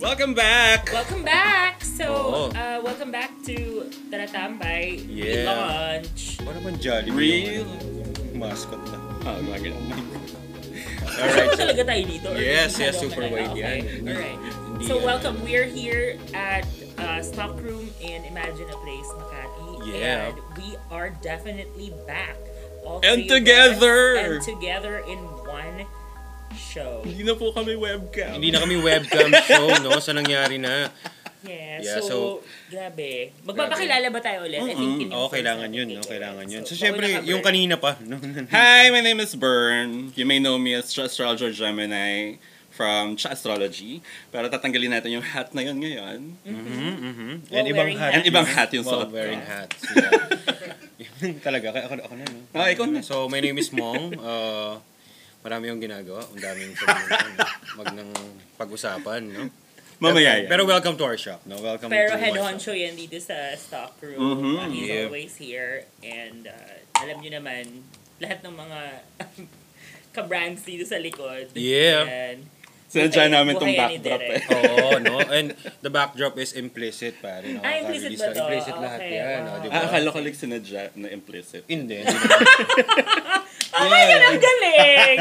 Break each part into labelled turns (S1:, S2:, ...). S1: Welcome back!
S2: Welcome back! So,
S1: Oo.
S2: uh, welcome back to Taratambay
S1: Oh. Yeah.
S2: Launch.
S3: Ano naman Jollibee?
S1: Real?
S3: Yung mascot na.
S1: Oh, mga ganun.
S2: Kasama
S1: Alright, so,
S2: talaga tayo dito? Or
S1: Yes,
S2: hindi
S1: yes,
S2: kasama
S1: super
S2: talaga?
S1: wide
S2: okay.
S1: yan.
S2: Alright.
S1: Hindi
S2: So,
S1: yan.
S2: welcome. We're here at uh, Stockroom in Imagine a Place, Makati.
S1: Yeah.
S2: And we are definitely back. All
S1: And
S2: three of us,
S1: together!
S2: And together in one show.
S1: hindi na po kami webcam.
S3: Hindi na kami webcam show, no? Sa nangyari na.
S2: Yeah,
S3: Yeah,
S2: so, grabe. Magpapakilala ba tayo ulit? I think in
S3: Oo,
S2: yung first
S3: kailangan
S2: episode,
S3: yun, no?
S2: okay.
S3: Kailangan yun. So,
S2: pauna
S3: syempre,
S2: ka,
S3: yung
S2: Bert.
S3: kanina pa. No?
S1: Hi, my name is Bern. You may know me as astrologer Gemini from Cha Astrology. Pero tatanggalin natin yung hat na yun ngayon.
S3: Mhm, mhm.
S2: While
S3: And ibang
S2: wearing
S3: hat.
S2: hats.
S1: And ibang hat yung
S3: While
S1: suot.
S3: wearing hats. Yeah. Yun Talaga, kaya ako, ako na, no?
S1: Ah, ikaw na.
S3: So, my name is Mong. Uh, marami yung ginagawa. Ang daming sabihin. no? Wag nang pag-usapan, no?
S1: Mamaya yan.
S3: Pero welcome to our shop, no? Welcome
S2: Pero
S3: to Mm-hmm.
S2: head
S3: our
S2: honcho yan dito sa stock room.
S1: Mhm.
S2: Uh, he's
S3: Yeah.
S2: always here. And uh, alam nyo naman, lahat ng mga kabrands dito sa likod.
S3: Yeah.
S2: Yan.
S1: Sinadya
S2: Buhay-
S1: namin tong
S2: buhay yan ni
S1: backdrop eh.
S2: Derek.
S3: Oo, no? And the backdrop is implicit, pare. No?
S2: Ah,
S3: Sabi
S2: implicit ba
S3: nila,
S2: to?
S3: Implicit
S2: Ah,
S3: lahat
S2: okay,
S3: yan,
S2: wow.
S3: no? Di ba?
S1: Ah, akala ko like sinadya na implicit.
S3: Hindi.
S2: Oh my God, ang galing!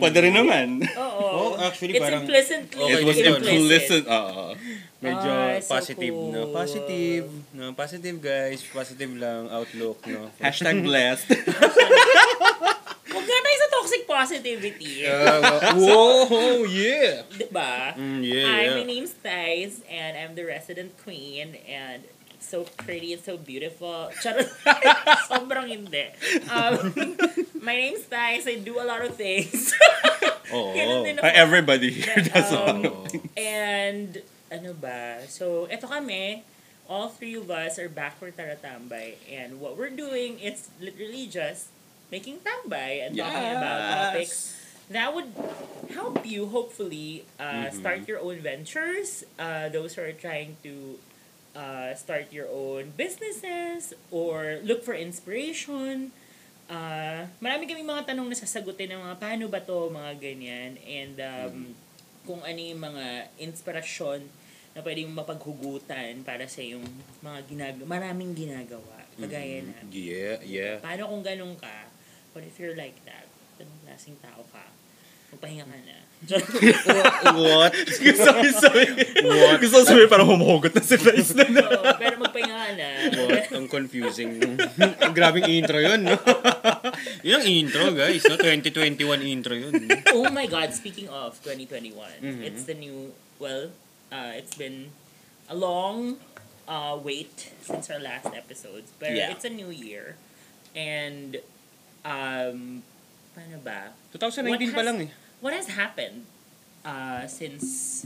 S1: Pwede rin naman.
S2: Oo.
S3: Oh, actually,
S2: It's
S3: parang-
S2: implicitly
S3: Okay,
S1: It was
S3: yun.
S1: implicit. Oo.
S3: Medyo
S2: Ah, so
S3: positive, no?
S2: cool.
S3: Positive, no? Positive, guys. Positive lang outlook, no?
S1: Hashtag blessed.
S2: Huwag nga tayo sa toxic positivity.
S3: Uh, whoa, yeah!
S2: Diba?
S3: Mm, yeah,
S2: Hi,
S3: yeah.
S2: my name's Thais, and I'm the resident queen, and it's so pretty, it's so beautiful. Charot. Sobrang hindi. Um, my name's Thais, I do a lot of things.
S3: Oo.
S2: Ganun din ako.
S1: Everybody here does a lot of
S3: Oo.
S2: And, ano ba? So, eto kami, all three of us are back for Taratambay, and what we're doing is literally just making tambay and talking about topics that would help you hopefully uh, start your own ventures uh, those who are trying to uh, start your own businesses or look for inspiration uh, marami kaming mga tanong na sasagutin ng mga paano ba to mga ganyan and um, kung ano yung mga inspirasyon na pwede mong mapaghugutan para sa yung mga ginag maraming ginagawa kagaya
S3: Mm-hmm.
S2: namin
S3: Yeah, yeah.
S2: Paano kung ganun ka? What if you're like that? Anong klaseng tao ka? Magpahinga ka na.
S3: What?
S1: Gusto ko sabi. Gusto ko sabi parang humuhugot na si Thais na.
S2: Oo, pero magpahinga ka na.
S3: What? Ang confusing. ang grabing intro yun, no? yun ang intro, guys. No? 2021 intro yun.
S2: oh my God, speaking of 2021,
S1: Mm-hmm.
S2: it's the new, well, uh, it's been a long uh, wait since our last episodes, but
S1: Yeah.
S2: it's a new year. And, um, paano ba?
S3: 2019 pa lang, eh.
S2: What has happened uh, since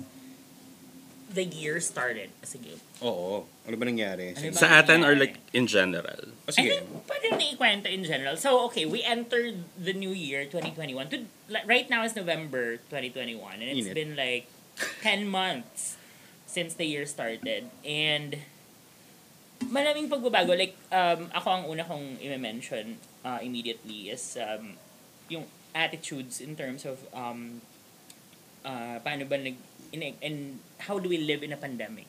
S2: the year started? Sige.
S3: Oo. Ano ba nangyari?
S2: Ano ba?
S1: Sa atin or like in general?
S3: Oh,
S2: I
S3: sige.
S2: think pwede na ikwento in general. So, okay, we entered the new year, 2021. To, li- right now is November 2021. And it's
S3: Init.
S2: been like 10 months since the year started. And maraming pagbabago. Like, um, ako ang una kong i-mention uh, immediately is um, yung attitudes in terms of um, uh, paano ba nag... In, and how do we live in a pandemic?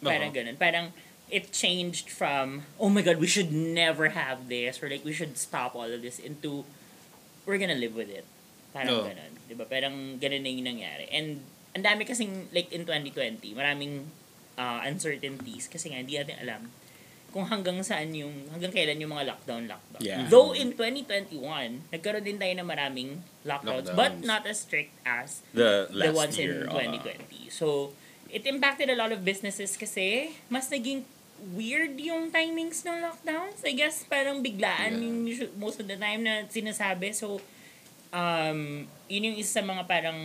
S2: Parang
S3: Oo.
S2: ganun. Parang it changed from, oh my God, we should never have this, or like, we should stop all of this, into, we're gonna live with it. Parang
S3: Oo.
S2: ganun. Diba? Parang ganun na yung nangyari. And, ang dami kasing, like, in 2020, maraming uh, uncertainties kasi nga, hindi natin alam kung hanggang saan yung, hanggang kailan yung mga lockdown-lockdown.
S3: Yeah.
S2: Though in 2021, nagkaroon din tayo ng maraming lockdowns, but
S3: Lockdowns.
S2: not as strict as
S1: The
S2: the ones
S1: last year. uh,
S2: in 2020.
S1: oo.
S2: So, it impacted a lot of businesses kasi mas naging weird yung timings ng lockdowns. I guess parang biglaan
S3: Yeah.
S2: yung usu- most of the time na sinasabi. So, um, yun yung isa sa mga parang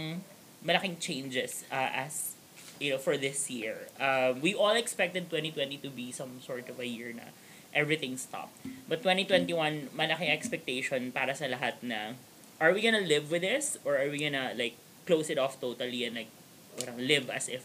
S2: malaking changes uh, as you know, for this year. Uh, we all expected 2020 to be some sort of a year na everything stopped. But 2021, malaking expectation para sa lahat na are we gonna live with this or are we gonna like close it off totally and like parang live as if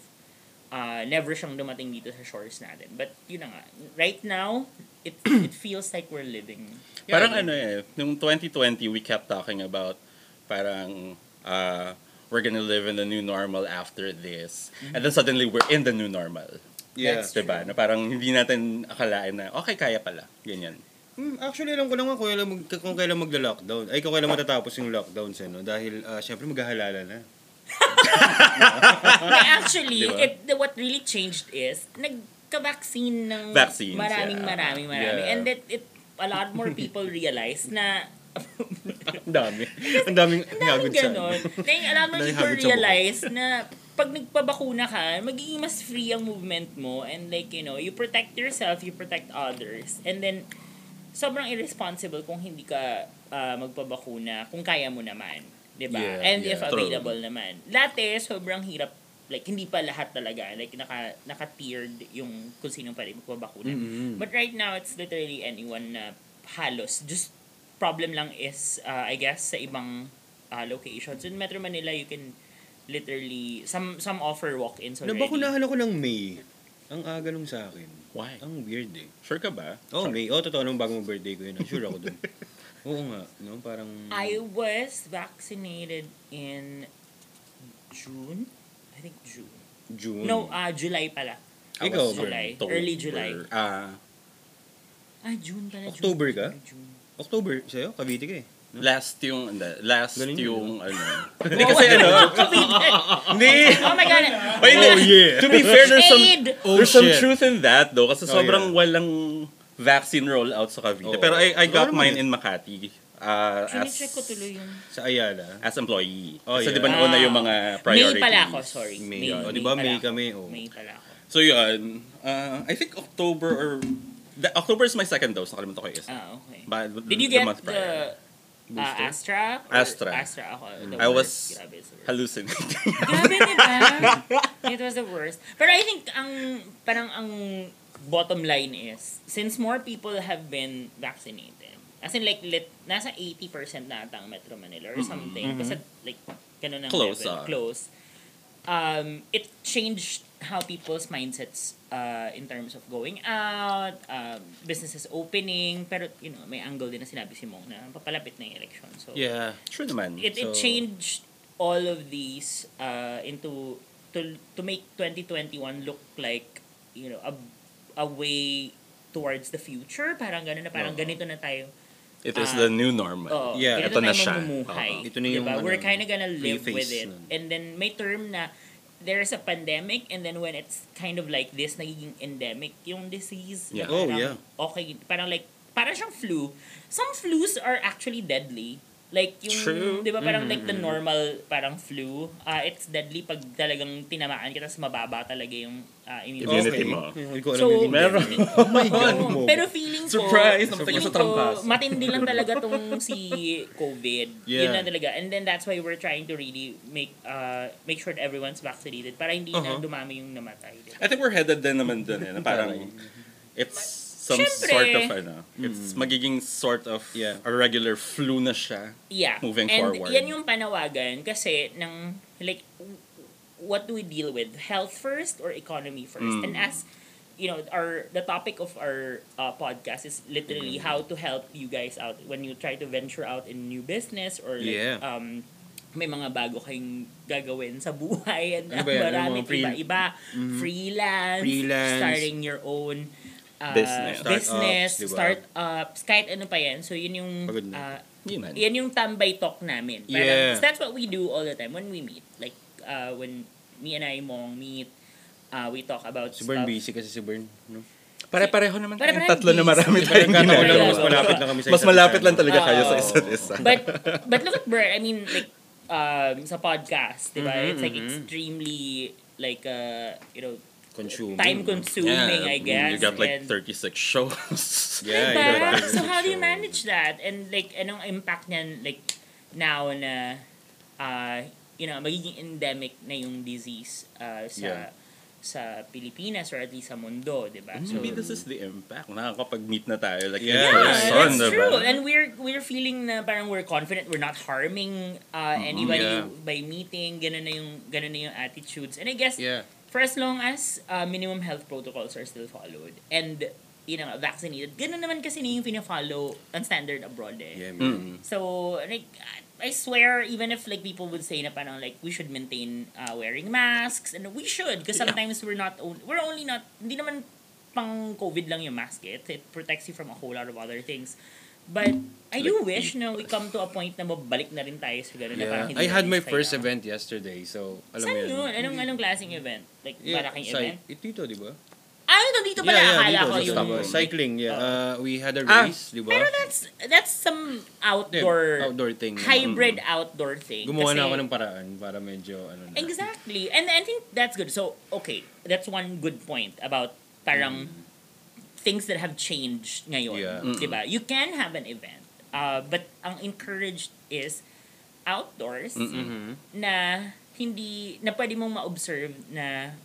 S2: uh, never siyang dumating dito sa shores natin. But yun na nga, right now, it it feels like we're living.
S1: Parang ano eh, nung 2020, we kept talking about parang uh, we're gonna live in the new normal after this. And then suddenly we're in the new normal.
S3: Yeah.
S2: Mm-hmm. That's
S1: Diba? Na parang hindi natin akalain na, okay, kaya pala. Ganyan.
S3: Hmm, actually, alam ko naman kung kailan, mag, kung kailan magla-lockdown. Ay, kung kailan matatapos yung lockdown sa no? Dahil, ah, syempre, maghahalala na.
S2: But actually,
S1: Diba?
S2: it, the- what really changed is, nagka-vaccine ng
S1: Vaccines,
S2: maraming,
S1: yeah.
S2: maraming, maraming.
S1: Yeah.
S2: And that it, a lot more people realize na
S3: Ang dami. Ang daming
S2: Daming
S3: hagod sa
S2: ganon. Na yung alam mo,
S3: Daming habit
S2: people
S3: sa
S2: realize na pag nagpabakuna ka, magiging mas free ang movement mo and like, you know, you protect yourself, you protect others. And then, sobrang irresponsible kung hindi ka ah, magpabakuna kung kaya mo naman. 'di ba
S3: Yeah,
S2: And
S3: yeah,
S2: if
S1: true.
S2: available naman. Dati, sobrang hirap. Like, hindi pa lahat talaga. Like, naka, naka-tiered yung kung sino pa rin magpabakuna. But right now, it's literally anyone na halos. Just problem lang is, uh, I guess, sa ibang uh, locations. In Metro Manila, you can literally, some some offer walk-ins
S3: Ano
S2: already.
S3: Nabakunahan ako ng May. Ang aga nung sa akin.
S1: Why?
S3: Ang weird eh.
S1: Sure ka ba?
S3: Oh, May. Oh, totoo nung bagong birthday ko yun. ah. Sure ako dun. Oo nga. No? Parang...
S2: I was vaccinated in June? I think June.
S3: June.
S2: No, uh, July pala.
S1: I
S3: Ikaw,
S1: was
S2: July.
S1: October.
S2: Early July.
S1: Ah,
S2: Ah, June pala. June,
S3: October ka?
S2: June.
S3: October. Sa'yo? Cavite ka eh.
S1: last yung, hindi, last
S3: Ganun yun,
S1: yung, ano.
S2: Hindi kasi ano?
S1: Hindi!
S2: Oh my God.
S1: Wait,
S2: Oh,
S1: hindi. To be fair, there's some,
S2: Shade!
S3: Oh,
S1: there's some
S3: shit.
S1: truth in that though.
S3: Oh,
S1: Kasi sobrang
S3: yeah.
S1: walang vaccine rollout sa Cavite.
S3: Oo.
S1: Pero I, I got
S3: Normal
S1: mine
S3: eh.
S1: in Makati. Uh, as,
S2: Sinicheck ko tuloy yun.
S3: Sa Ayala.
S1: as employee.
S3: Oh,
S1: Kasi
S3: yeah.
S1: di ba nauna
S2: Ah.
S1: yung mga priorities.
S2: May pala ako, sorry.
S3: May.
S2: May,
S3: oh, di ba
S2: pala
S3: May
S2: ako.
S3: kami? Oh.
S2: May pala ako.
S1: So yun, uh, I think October or, the, October is my second dose. Nakalimutan ko yung isa.
S2: Ah, okay.
S1: But
S2: Did you
S1: the
S2: get
S1: month prior.
S2: the uh, Astra? Or-
S1: Astra.
S2: Astra ako. The
S1: I was
S2: worst. Grabe, it's the worst.
S1: hallucinating.
S2: Grabe diba? It was the worst. But I think ang parang ang bottom line is, since more people have been vaccinated, as in like, lit, nasa 80% na ata ang Metro Manila or something. Kasi like, ganun ang
S1: Mm-hmm. Close,
S2: level.
S1: ah.
S2: Close. Um, it changed how people's mindsets uh, in terms of going out, um, businesses opening, pero you know, may angle din na sinabi si Mong na papalapit na yung election. So,
S3: Yeah.
S1: True naman.
S2: it,
S3: So-
S2: it changed all of these uh, into to to make 2021 look like you know a, a way towards the future parang ganun na parang
S3: Oo.
S2: ganito na tayo
S1: It is
S2: ah,
S1: the new normal.
S2: oh
S3: Yeah,
S2: ganito
S1: ito na
S2: tayo
S1: siya.
S2: mamumuhay
S1: Oo.
S3: Ito na yung,
S2: diba?
S3: ano,
S2: we're kinda gonna live
S3: pre-phase
S2: with it
S3: nun.
S2: and then may term na there's a pandemic and then when it's kind of like this nagiging endemic yung disease
S1: Yeah.
S2: na
S3: Oh,
S2: parang
S3: yeah.
S2: okay parang like parang siyang flu some flus are actually deadly like yung
S1: True.
S2: di ba parang like the normal parang flu ah it's deadly pag talagang tinamaan kita sa mababa talaga yung ah, immunity
S1: Immunity
S3: Okay.
S1: mo.
S3: Hindi ko alam
S2: So,
S3: yun yung
S1: meron.
S3: pandemic. Oh my God.
S2: Oo,
S3: Mo.
S2: pero feeling ko,
S1: Surprise! Namatay
S2: feeling
S1: ka sa trangkaso.
S2: ko, matindi lang talaga tong si COVID. Yun
S3: Yeah.
S2: na talaga. And then that's why we're trying to really make uh, make sure that everyone's vaccinated para hindi na
S3: Uh-huh.
S2: dumami yung namatay. di ba?
S1: I think we're headed din naman dun eh. na Parang, it's some
S2: Siyempre.
S1: sort of, ano, it's magiging sort of
S3: Yeah.
S1: a regular flu na siya.
S2: Yeah.
S1: Moving
S2: And
S1: forward.
S2: yan yung panawagan kasi ng, like, w- what do we deal with? Health first or economy first?
S1: Mm.
S2: And as, you know, our, the topic of our uh, podcast is literally
S3: Mm-hmm.
S2: how to help you guys out when you try to venture out in new business or like,
S3: Yeah.
S2: um, may mga bago kayong gagawin sa buhay and
S3: Ano ba yan? Ano
S2: marami
S3: mga free- Mm-hmm.
S2: iba-iba. Freelance,
S3: Freelance.
S2: starting your own uh,
S1: Business.
S2: business, startups,
S3: Startups, diba?
S2: kahit ano pa yan. So, yun yung
S3: Pagod na.
S2: uh,
S1: Yun man.
S2: yan yung tambay talk namin. Parang,
S3: Yeah.
S2: That's what we do all the time when we meet. Like, uh, when me and I, Mong, meet, uh, we talk about
S3: Si Bern
S2: stuff.
S3: busy kasi si Bern. No?
S1: Pare-pareho naman
S2: Pare-pareho
S1: tayong tatlo na
S2: busy.
S1: marami tayong
S3: Kala ko lang
S1: ginagawa.
S3: mas malapit na kami sa
S1: Mas
S3: isa't
S1: malapit
S3: isa,
S1: lang
S3: no?
S1: talaga kayo sa
S2: Oo.
S1: isa't isa.
S2: But, but look at Bert, I mean, like, um, sa podcast, di ba? It's
S3: Mm-hmm,
S2: like extremely, like, uh, you know,
S3: Consuming.
S2: time-consuming, I guess.
S1: You got like
S2: and-
S1: 36 shows.
S3: Yeah,
S2: Diba?
S3: you got like
S2: So, how do you
S3: shows.
S2: manage that? And, like, anong impact niyan, like, now na, uh, you know, magiging endemic na yung disease uh,
S3: Yeah. Mm.
S2: sa sa Pilipinas or at least sa mundo, di ba? So,
S1: Maybe this is the impact. Nakakapag-meet na tayo. Like,
S3: Yeah,
S1: in
S2: yeah,
S1: person,
S2: that's
S1: diba?
S2: true. And we're we're feeling na parang we're confident, we're not harming uh, anybody
S3: Mm-hmm. Yeah.
S2: by meeting, ganun na yung ganun na yung attitudes. And I guess
S3: Yeah.
S2: for as long as uh, minimum health protocols are still followed and you know, vaccinated, ganun naman kasi na yung pina-follow ang standard abroad eh.
S3: Yeah, man.
S1: Mm.
S2: So, like, uh, I swear, even if like people would say na parang like we should maintain uh, wearing masks and we should because sometimes we're not on- we're only not hindi naman pang COVID lang yung mask eh. it, it protects you from a whole lot of other things but I do wish na we come to a point na mabalik na rin tayo sa ganun na parang
S3: Yeah. I
S2: hindi
S3: had
S2: na
S3: my
S2: tayo.
S3: first event yesterday, so alam mo
S2: Saan
S3: yun.
S2: yun? Anong, anong klaseng event? Like,
S3: Yeah,
S2: malaking
S3: cy-
S2: event?
S3: it- Dito, di ba?
S2: Ah, yun, dito pala.
S3: dito,
S2: akala ko
S3: sa
S2: yun.
S3: Tacloban. Cycling, yeah.
S2: Oo.
S3: Uh, we had a
S1: Ah,
S3: race, di ba?
S2: Pero that's, that's some
S3: Yeah,
S2: outdoor,
S3: outdoor thing. Mm.
S2: hybrid outdoor thing.
S3: Gumawa na
S2: Kasi-
S3: ako ng paraan para medyo ano na.
S2: Exactly. And I think that's good. So, okay, that's one good point about parang things that have changed ngayon.
S3: Yeah.
S1: Mm.
S2: Diba? You can have an event. Uh, but ang encouraged is outdoors
S3: Mhm.
S2: na hindi, na pwede mong ma-observe na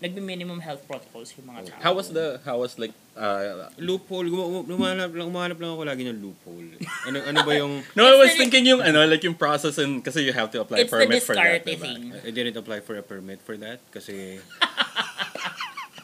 S2: nagmi-minimum health protocols yung mga tao.
S1: How was the, how was like, uh,
S3: Loophole. Guma- lumanap lang, umahanap lang ako lagi ng loophole. Ano, ano ba yung...
S1: no, I was
S2: the-
S1: thinking yung, ano, like yung process and, kasi you have to
S2: It's
S1: apply
S2: the
S1: permit for
S2: discarte
S1: that, diba?
S2: thing.
S3: I didn't apply for a permit for that kasi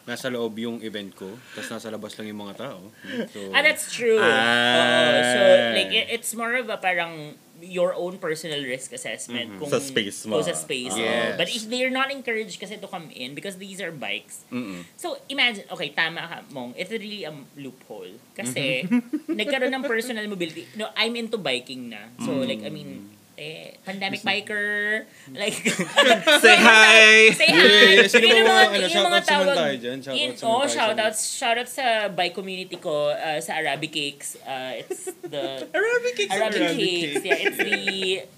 S3: nasa loob yung event ko. Tapos nasa labas lang yung mga tao. So,
S2: Ah, that's true.
S3: Ah.
S2: Oo. so, like, it- it's more of a parang your own personal risk assessment. Kung,
S1: Sa space mo.
S2: kung sa space mo.
S3: Mm-hmm. Yes.
S2: But if they're not encouraged kasi to come in because these are bikes.
S1: Mm-mm.
S2: So, imagine, okay, tama ka, Mong. It's really a loophole. Kasi,
S3: Mm-hmm.
S2: nagkaroon ng personal mobility. No, I'm into biking na. So,
S3: Mm.
S2: like, I mean, eh, pandemic biker. Like,
S1: Say hi!
S2: Say
S3: Yeah, yeah,
S2: hi!
S3: yeah. Sino
S2: Yun
S3: ba
S2: yung
S3: mga- ano,
S2: yun yung
S3: shoutouts naman
S2: tawag-
S3: tayo dyan? Shoutouts naman
S2: yun- oh,
S3: tayo sa-
S2: shoutouts. Shoutouts sa bike community ko, uh, sa Arabic Cakes. Uh, it's the
S3: Arabic cakes.
S2: Arabic Cakes. Yeah, it's the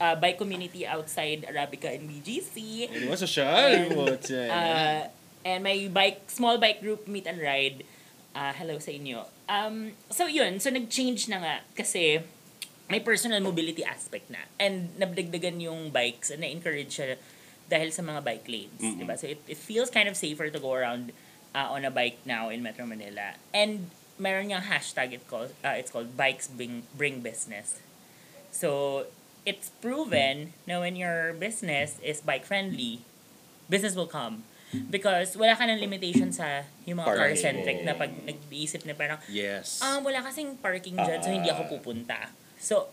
S2: uh, bike community outside Arabica and BGC.
S3: Ano ba, social?
S2: And,
S3: What? Yeah.
S2: Uh, and my bike, small bike group, Meet and Ride. Uh, hello sa inyo. Um, so yun, so nag-change na nga kasi may personal mobility aspect na. And nabdagdagan yung bikes and na-encourage siya dahil sa mga bike lanes.
S1: Mm-mm.
S2: Diba? So it, it feels kind of safer to go around uh, on a bike now in Metro Manila. And meron niyang hashtag, it called, uh, it's called Bikes Bring, Bring Business. So it's proven na when your business is bike-friendly, business will come. Because wala ka ng limitation sa yung mga
S1: Parking.
S2: car-centric na pag nag-iisip na parang,
S3: yes.
S2: um, wala kasing parking dyan, so hindi ako pupunta. So,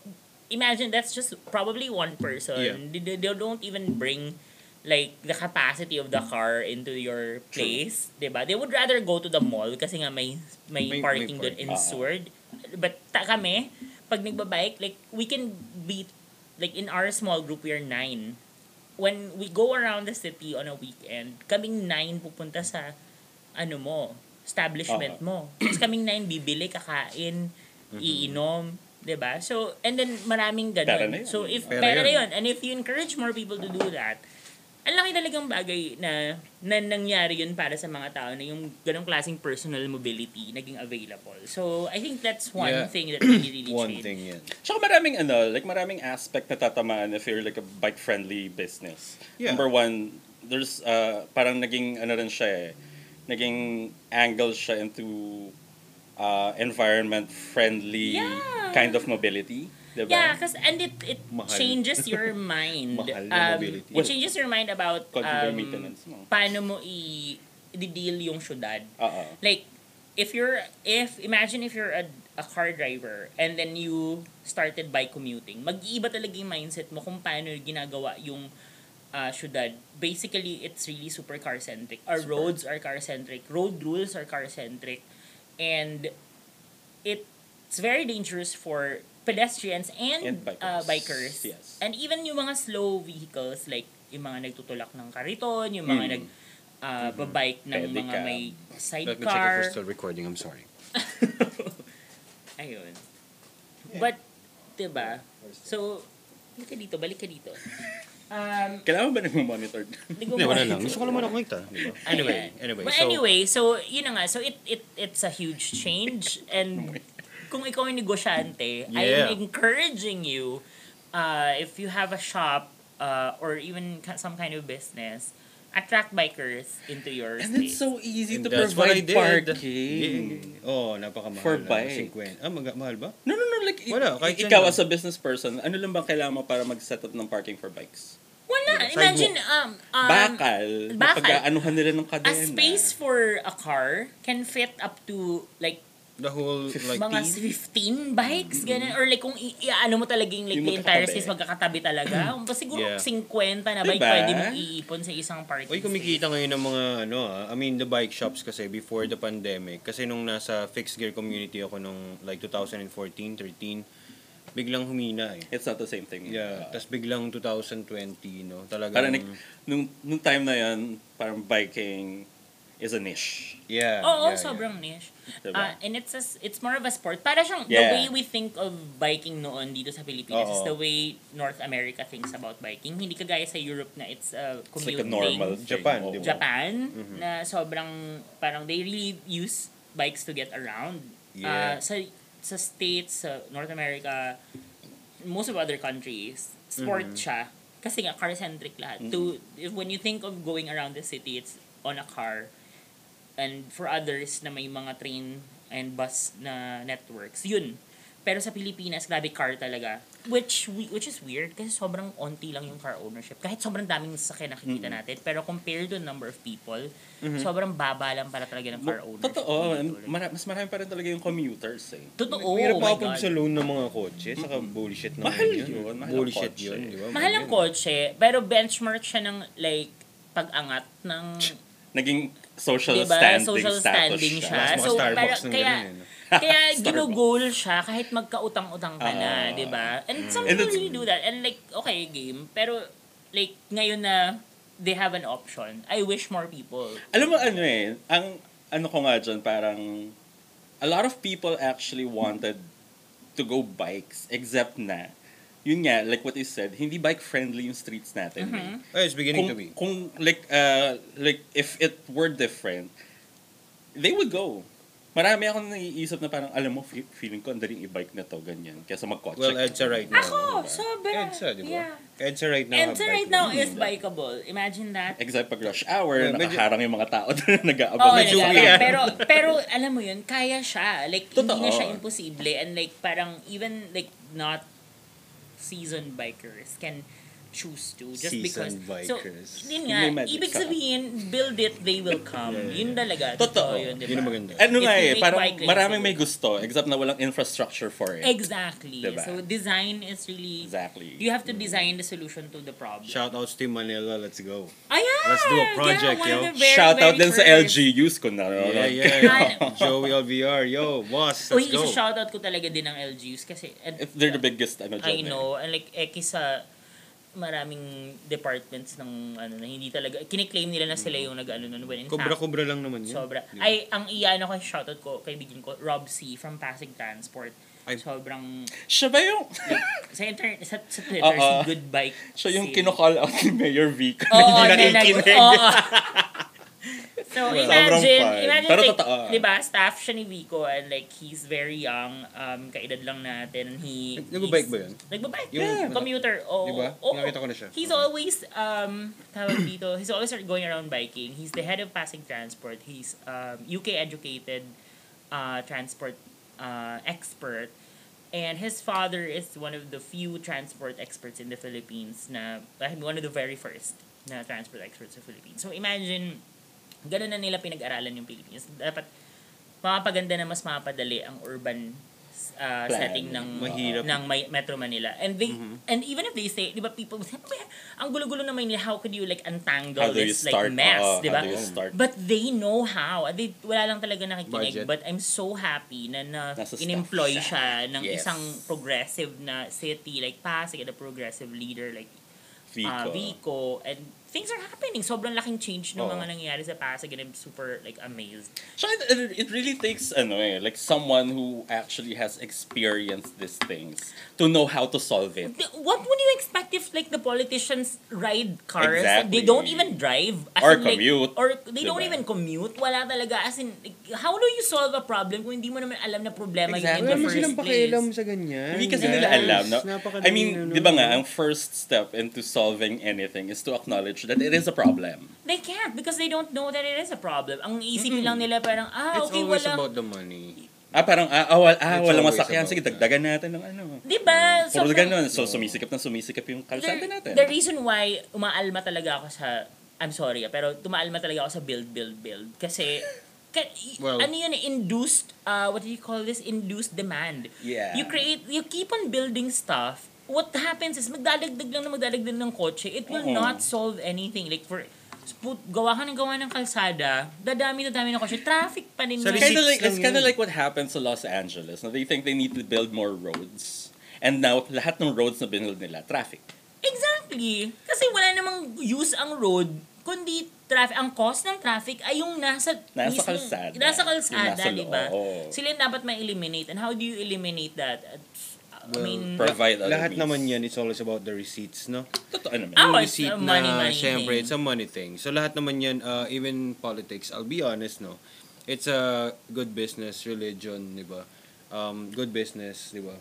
S2: imagine that's just probably one person.
S3: Yeah.
S2: They, they, they don't even bring like the capacity of the car into your place, 'di ba? They would rather go to the mall kasi nga may may,
S3: May- may
S2: parking doon
S3: parking.
S2: insured. But ta kami, pag nagbabike, like we can be like in our small group we are nine. When we go around the city on a weekend, kaming nine pupunta sa ano mo, establishment mo. Tapos kaming nine bibili, kakain, iinom, 'di ba? So, and then maraming
S1: Pera na
S2: ganun.
S1: yun.
S2: So, if
S3: Mm-hmm. Pera
S2: pera,
S3: yun.
S2: na yun. And if you encourage more people to do that, ang laki talagang bagay na, na nangyari yun para sa mga tao na yung ganong klaseng personal mobility naging available. So, I think that's one
S3: Yeah.
S2: thing that really, really
S3: One
S2: changed.
S3: thing yan.
S1: Tsaka maraming ano, like maraming aspect na tatamaan if you're like a bike-friendly business.
S3: Yeah.
S1: Number one, there's uh, parang naging ano rin siya eh, naging angle siya into uh, environment-friendly
S2: Yeah.
S1: kind of mobility. Diba?
S2: Yeah, because and it it
S3: Mahal.
S2: changes your mind.
S3: Mahal na
S2: um,
S3: mobility.
S2: it changes your mind about um,
S1: Consider maintenance mo.
S2: paano mo i i-deal yung syudad.
S1: Oo.
S2: Like if you're if imagine if you're a, a car driver and then you started by commuting, mag-iiba talaga yung mindset mo kung paano ginagawa yung uh, syudad. Basically, it's really super car-centric. Our
S3: Super.
S2: roads are car-centric. Road rules are car-centric. And it's very dangerous for pedestrians and,
S1: And
S2: bikers.
S1: bikers.
S2: Uh, bikers.
S1: Yes.
S2: And even yung mga slow vehicles, like yung mga nagtutulak ng kariton, yung mga
S3: Hmm.
S1: Mm.
S2: nag uh, babike ng
S1: Pedicab.
S2: mga may
S3: Let me check if we're
S2: sidecar.
S3: still recording. I'm sorry.
S2: Ayun. But, diba? So, balik ka dito, balik ka dito. Um,
S1: Kailangan ba nag-monitor?
S2: hindi ko
S3: Hindi, wala
S2: ma-
S3: lang. Gusto ko naman ako kumita. di ba? Anyway, anyway.
S2: But
S3: so,
S2: anyway, so, yun na nga. So, it, it, it's a huge change. And kung ikaw yung negosyante,
S3: Yeah.
S2: I'm encouraging you, uh, if you have a shop uh, or even ka- some kind of business, attract bikers into your
S1: And it's
S2: space.
S1: so easy
S3: And
S1: to
S3: that's what I
S1: provide
S3: did.
S1: parking.
S3: Oh, napakamahal.
S1: For
S3: lang,
S1: bike.
S3: 50. Ah, maga- mahal ba?
S1: No, no, no. Like, i-
S3: Wala, kahit yan
S1: ikaw
S3: lang.
S1: as a business person, ano lang bang kailangan mo para mag-set up ng parking for bikes?
S2: Wala.
S3: Sidewalk.
S2: Imagine, um, um,
S1: bakal.
S3: ah.
S2: bakal.
S1: Bakal. Napag-aanuhan nila ng
S2: a
S1: kadena.
S2: space for a car can fit up to like
S3: the whole like
S2: mga
S3: team.
S2: 15 bikes, ganun. Or like kung i- i-ano mo talaga yung like,
S1: Yung
S2: the entire
S1: magkakatabi.
S2: space, magkakatabi talaga. Um, pa siguro
S3: Yeah.
S2: 50 na bike
S1: Diba?
S2: pwede mong iipon sa isang parking
S3: Uy, kumikita ngayon ng mga ano ah. I mean, the bike shops kasi before the pandemic. Kasi nung nasa fixed gear community ako nung like 2014, 13, biglang humina eh.
S1: It's not the same thing.
S3: Yeah, tas biglang 2020, no? Talagang,
S1: Parang like, nung, nung time na yan, parang biking is a niche.
S3: yeah.
S2: Oo,
S3: yeah,
S2: sobrang niche.
S1: Diba?
S2: Ah, and it's a s- it's more of a sport. Para siyang the
S1: Yeah.
S2: way we think of biking noon dito sa Pilipinas is
S3: Oo.
S2: the way North America thinks about biking. Hindi kagaya sa Europe na it's a
S1: it's
S2: commute
S1: like a normal
S2: thing.
S1: thing.
S3: Japan, diba?
S1: Oo.
S3: di ba? Mm-hmm.
S2: Japan na sobrang parang they really use bikes to get around.
S3: Yeah.
S2: Ah, sa sa states, sa North America, most of other countries, sport
S3: Mm-hmm.
S2: siya. Kasi nga car centric lahat. To if, when you think of going around the city, it's on a car. And for others na may mga train and bus na networks, yun. Pero sa Pilipinas, grabe car talaga. Which we- which is weird kasi sobrang onti lang yung car ownership. Kahit sobrang daming sasakyan nakikita natin, pero compared to number of people, sobrang baba lang pala talaga ng car
S1: Ma-
S2: ownership.
S1: Mm-hmm. Totoo,
S2: dito.
S1: mara- mas marami pa rin talaga yung commuters eh.
S2: Totoo,
S3: Mahirap
S2: oh my
S3: makapag
S2: God.
S3: sa loan ng mga kotse. Saka bullshit naman
S1: Mahal
S3: yun.
S1: yun, mahal ang
S3: bullshit
S1: kotse.
S3: yun, di ba?
S2: Mahal ang
S3: Mahal
S2: kotse, pero benchmark siya ng like pag-angat ng
S1: Naging social
S2: diba,
S1: standing
S2: social
S1: status
S2: standing
S1: siya.
S2: siya.
S3: Mas mga
S2: So,
S3: Starbucks
S2: pero,
S3: ng
S2: kaya,
S3: ganun eh, no?
S2: kaya
S1: Starbucks.
S2: ginugol siya kahit magkautang-utang ka na,
S1: Ah.
S2: di ba? And some
S1: And
S2: people
S1: it's-
S2: really do that. And like, okay, game. Pero like, ngayon na they have an option, I wish more people.
S1: Alam mo ano eh, ang ano ko nga dyan, parang a lot of people actually wanted to go bikes except na yun nga, like what you said, hindi bike-friendly yung streets natin. eh.
S2: Mm-hmm.
S3: Oh, it's beginning
S1: Kung,
S3: to be.
S1: kung like, uh, like if it were different, they would go. Marami akong naiisip na parang, alam mo, fe- feeling ko, ang daling i-bike na to, ganyan. Kesa mag-kotse.
S3: Well, EDSA right now.
S2: Ako,
S3: di ba?
S2: sobra.
S3: EDSA, di ba?
S2: Yeah.
S3: EDSA right now.
S2: And
S3: have
S2: so right
S3: bike
S2: now
S3: lanes.
S2: is
S1: Hmm.
S2: bikeable. Imagine that.
S1: Except pag rush
S3: Well,
S1: hour,
S3: medyo-
S1: nakaharang yung mga tao doon na nag-aabang.
S2: Oo,
S1: ng
S3: medyo
S2: nagagawa.
S3: weird.
S2: Pero, pero alam mo yun, kaya siya. Like,
S1: Totoo.
S2: hindi na siya imposible. And like, parang even like not seasoned bikers can choose to. Just
S3: Seasoned
S2: because.
S3: bikers.
S2: So, yun
S1: May
S2: nga.
S1: magic
S2: Ibig
S1: sa-
S2: sabihin, build it, they will come. Yun talaga.
S1: Totoo.
S2: Yun, diba?
S3: Yun ang maganda.
S1: Ano
S2: If
S1: nga
S2: you
S1: eh,
S2: make
S1: parang
S2: bike lanes,
S1: maraming
S2: they
S1: may
S2: will.
S1: gusto, except na walang infrastructure for it.
S2: Exactly.
S1: Diba?
S2: So, design is really...
S1: Exactly.
S2: You have to design the solution to the problem.
S3: Shoutouts to Manila, let's go.
S2: Ayan!
S3: Let's do a project,
S2: yeah, one of
S3: yo.
S2: the very,
S1: Shout out
S2: very
S1: din sa
S2: first.
S1: LGUs kung nanonood
S3: Yeah, yeah.
S1: kayo.
S2: Ano?
S3: Joey LVR, yo, boss, let's
S2: Uy,
S3: go.
S2: isa-shoutout ko talaga din ang LGUs kasi... and-
S1: If They're the biggest ano dyan.
S2: I know. And like, eki sa maraming departments ng ano na hindi talaga kiniklaim nila na sila yung nag-ano nun when in fact,
S3: Kobra-kobra lang naman Mm. yun.
S2: sobra
S3: Di ba?
S2: ay ang iyan ako shoutout ko kaibigan ko Rob C from Pasig Transport
S3: Ay.
S2: sobrang
S1: Eh. Siya ba yung,
S2: sa inter sa, sa Twitter
S3: Ah,
S1: Oo.
S2: si Good Bike
S1: siya yung
S2: si-
S1: kinocall out ni Mayor Vic na
S2: Oo,
S1: hindi
S2: na nag-
S1: nakikinig.
S2: oo. So,
S1: Sobrang
S2: imagine,
S1: fun.
S2: imagine,
S1: Pero
S2: like,
S1: totoo.
S2: di ba, staff siya ni Vico and like, he's very young, um, kaedad lang natin, and he...
S3: Nag- nagbabike ba yun?
S2: Nagbabike,
S3: Yung-
S2: yeah. Commuter, oo.
S3: Di ba?
S2: oo.
S3: Nakita ko na siya.
S2: He's
S3: Okay.
S2: always, um, tawag dito, he's always going around biking. He's the head of Pasig Transport. He's um, UK-educated uh, transport uh, expert. And his father is one of the few transport experts in the Philippines na, I mean, one of the very first na transport experts sa Philippines. So imagine, ganun na nila pinag-aralan yung Philippines. Dapat mapaganda na mas mapadali ang urban uh,
S1: Plan. Mm-hmm.
S2: setting ng
S3: Mahirap.
S2: ng May- Metro Manila. And they and even if they say, 'di ba people say, "Meh, ang gulo-gulo ng Manila, how could you like untangle
S1: How do you
S2: this
S1: start?
S2: like mess,
S1: Oo,
S2: 'di ba?
S1: How do you start?
S2: But they know how. They, wala lang talaga
S3: Budget.
S2: nakikinig. But I'm so happy na, na
S1: Nasa staff
S2: in-employ
S1: siya.
S2: siya ng
S1: Yes.
S2: isang progressive na city like Pasig and a progressive leader like
S1: Vico.
S2: uh, Vico. And things are happening. Sobrang laking change ng
S1: Oo.
S2: mga nangyayari sa Pasig and I'm super like amazed.
S1: So it, it- it really takes ano eh, like someone who actually has experienced these things to know how to solve it.
S2: Th- What would you expect if like the politicians ride cars?
S1: Exactly.
S2: They don't even drive. As
S1: Or
S2: in, like,
S1: commute.
S2: Or they don't
S1: Diba?
S2: even commute. Wala talaga. As in, like, how do you solve a problem kung hindi mo naman alam na problema yun in
S1: Exactly.
S3: Wala
S2: the
S3: naman
S2: first
S3: silang
S2: place?
S3: pakialam sa ganyan.
S1: Hindi kasi
S3: guys.
S1: nila alam. No? I mean,
S3: Napakadali,
S1: di ba
S3: no?
S1: nga, ang first step into solving anything is to acknowledge that it is a problem.
S2: They can't because they don't know that it is a problem. Ang isipin lang nila parang, ah,
S3: It's
S2: okay,
S3: always
S2: walang...
S3: about the money.
S1: Ah, parang, ah, ah, wal- ah
S3: It's
S1: walang
S3: always
S1: masakyan.
S3: about
S1: Sige,
S3: that.
S1: dagdagan natin ng ano.
S3: Mm.
S2: Diba?
S1: Puro
S2: Sobrang-
S1: ganun. So, sumisikap na sumisikap yung kalsada
S2: the,
S1: natin.
S2: the reason why umaalma talaga ako sa I'm sorry ah, pero tumaalma talaga ako sa build build build kasi Ka- y-
S3: Well-
S2: ano yun, eh, induced, uh, what do you call this? Induced demand.
S1: Yeah.
S2: You create, you keep on building stuff. What happens is, magdadagdag lang na magdadagdag ng kotse. It will
S1: Oo.
S2: not solve anything. Like, for, put, gawa ka ng gawa ng kalsada, dadami, dadami ng kotse. Traffic pa rin.
S3: Sa
S2: yun.
S1: It's kind of
S3: Receipts
S1: like, it's
S3: lang
S1: kind of
S3: yun.
S1: like what happens to Los Angeles. No? They think they need to build more roads. And now, lahat ng roads na binuild nila, traffic.
S3: Mm-hmm.
S2: Exactly. Kasi wala namang use ang road, kundi traffic. Ang cost ng traffic ay yung nasa,
S1: Nasa kalsada.
S2: Nasa
S1: Yung
S2: kalsada,
S1: nasa
S2: di ba?
S1: loob, oo.
S2: Sila yung dapat ma-eliminate. And how do you eliminate that? At, I mean,
S1: per- Provide other
S3: Lahat
S1: means.
S3: naman yan, it's always about the receipts, no?
S1: Totoo naman.
S2: Ah,
S3: Yung
S2: Oh, it's
S3: receipt
S2: a money,
S3: na,
S2: money
S3: syempre,
S2: thing.
S3: it's a money thing. So, lahat naman yan, uh, even politics, I'll be honest, no? It's a good business, religion, di ba? Um, good business, di ba?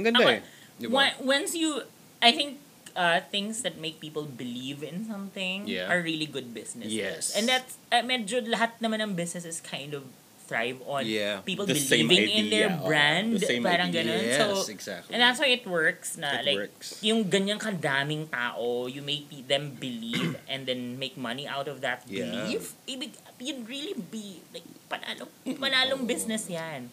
S3: Ang ganda
S2: Ako-
S3: eh. Di ba?
S2: Wa- once you, I think, uh, things that make people believe in something
S3: Yeah.
S2: are really good businesses.
S3: Yes.
S2: And that's, uh, medyo lahat naman ng businesses kind of thrive on
S3: Yeah.
S2: people
S1: The same
S2: believing in their
S1: idea, oo.
S2: brand.
S1: The same
S2: parang
S1: idea.
S2: ganun.
S3: Yes,
S2: so,
S3: exactly.
S2: And that's why it works na
S3: It
S2: like
S3: works.
S2: yung ganyan kadaming tao, you make pe- them believe and then make money out of that
S3: Yeah.
S2: belief. Ibig you'd really be like panalong panalong business 'yan.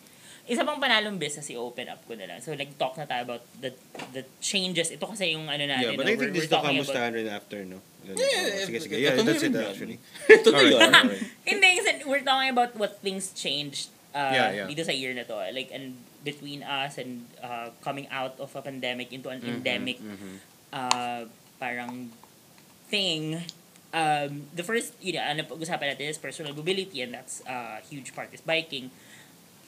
S2: Isa pang panalong business i-open up ko na lang. So nag-talk na tayo about the the changes. Ito kasi yung ano natin.
S3: yeah, but
S2: no?
S3: I think this
S2: We're-
S3: is
S2: we're
S3: the
S2: talking about-
S3: kamustahan rin after, no? Ganun.
S1: Yeah,
S3: Oh, sige, sige.
S1: ito
S3: Yeah,
S1: na
S3: that's
S1: rin
S3: it
S1: yun.
S3: actually.
S1: Ito na
S3: Alright,
S1: yun.
S3: alright.
S2: Hindi, kasi we're talking about what things changed uh,
S3: Yeah, yeah.
S2: dito sa year na to. Like, and between us and uh, coming out of a pandemic into an
S3: Mm-hmm.
S2: endemic uh, parang thing. Um, the first, you know, ano pag-usapan natin is personal mobility and that's uh, huge part is biking.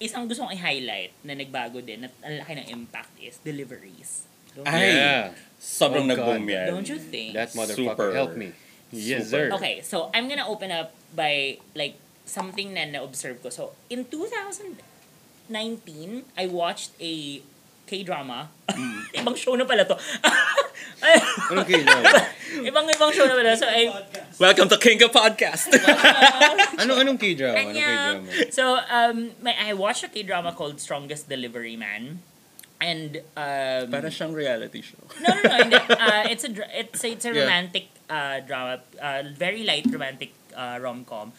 S2: Isang gusto kong i-highlight na nagbago din at ang laki ng impact is deliveries. Don't,
S1: Ay,
S3: Yeah.
S1: Sobrang
S3: Oh, God.
S1: nag-boom yan.
S2: don't you think?
S3: That motherfucker
S1: Super.
S3: help me. Yes, sir.
S1: Super.
S2: Okay, so I'm gonna open up by like something na na-observe ko. So, in 2019, I watched a K-drama. ibang show na pala to.
S3: Anong K-drama?
S2: ibang ibang show na pala. So, I,
S1: Welcome to Kinga Podcast!
S3: Ano, anong K-drama? Anong
S2: Kanya.
S3: K-drama?
S2: So, um, may, I watched a K-drama called Strongest Delivery Man. And, um...
S1: Para siyang reality show.
S2: no, no, no. hindi. Uh, it's a, dr- it's, it's a
S3: Yeah.
S2: romantic uh, drama. Uh, very light romantic uh, rom-com.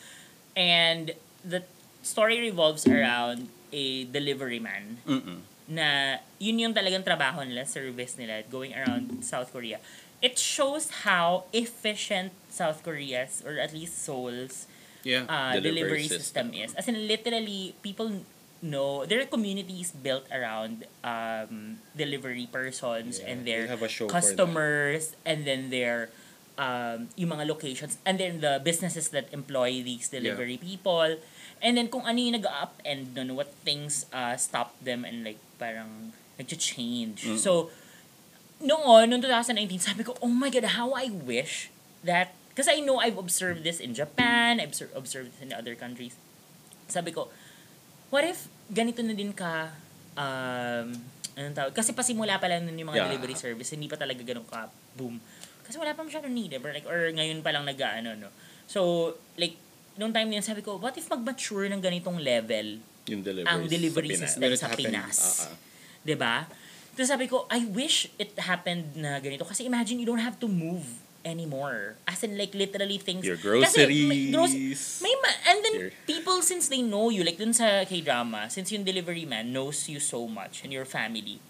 S2: And the story revolves around a delivery man
S1: Mm-mm.
S2: na yun yung talagang trabaho nila, service nila, going around South Korea. It shows how efficient South Korea's, or at least Seoul's,
S3: Yeah.
S2: uh, delivery,
S1: Delivery
S2: system. is. As in, literally, people know, there are communities built around um, delivery persons
S3: Yeah,
S2: and
S3: they
S2: their
S3: have a show for that.
S2: customers and then their um, yung mga locations and then the businesses that employ these delivery people. And then kung ano yung nag-up and nun, what things uh, stop them and like parang nag-change.
S3: Mm.
S2: So, noon, noong 2019, sabi ko, oh my God, how I wish that, because I know I've observed this in Japan, I've obser- observed this in other countries. Sabi ko, what if ganito na din ka, um, anong tawag? Kasi pasimula pa lang nun yung mga
S1: Yeah.
S2: delivery service, hindi pa talaga ganun ka, boom. Kasi wala pa masyadong need, eh, or, like, or ngayon pa lang nag, ano, no. So, like, nung time na yun, sabi ko, what if mag-mature ng ganitong level
S1: Yung delivery
S2: ang delivery system
S3: Will it
S2: sa
S3: happen?
S2: Pinas.
S1: Ah, ah.
S2: 'Di ba? Tapos sabi ko, I wish it happened na ganito. Kasi imagine, you don't have to move anymore. As in, like, literally things.
S1: Your
S2: Kasi may,
S1: groceries.
S2: may ma- and then,
S1: Your-
S2: people, since they know you, like, dun sa K-drama, since yung delivery man knows you so much and your family,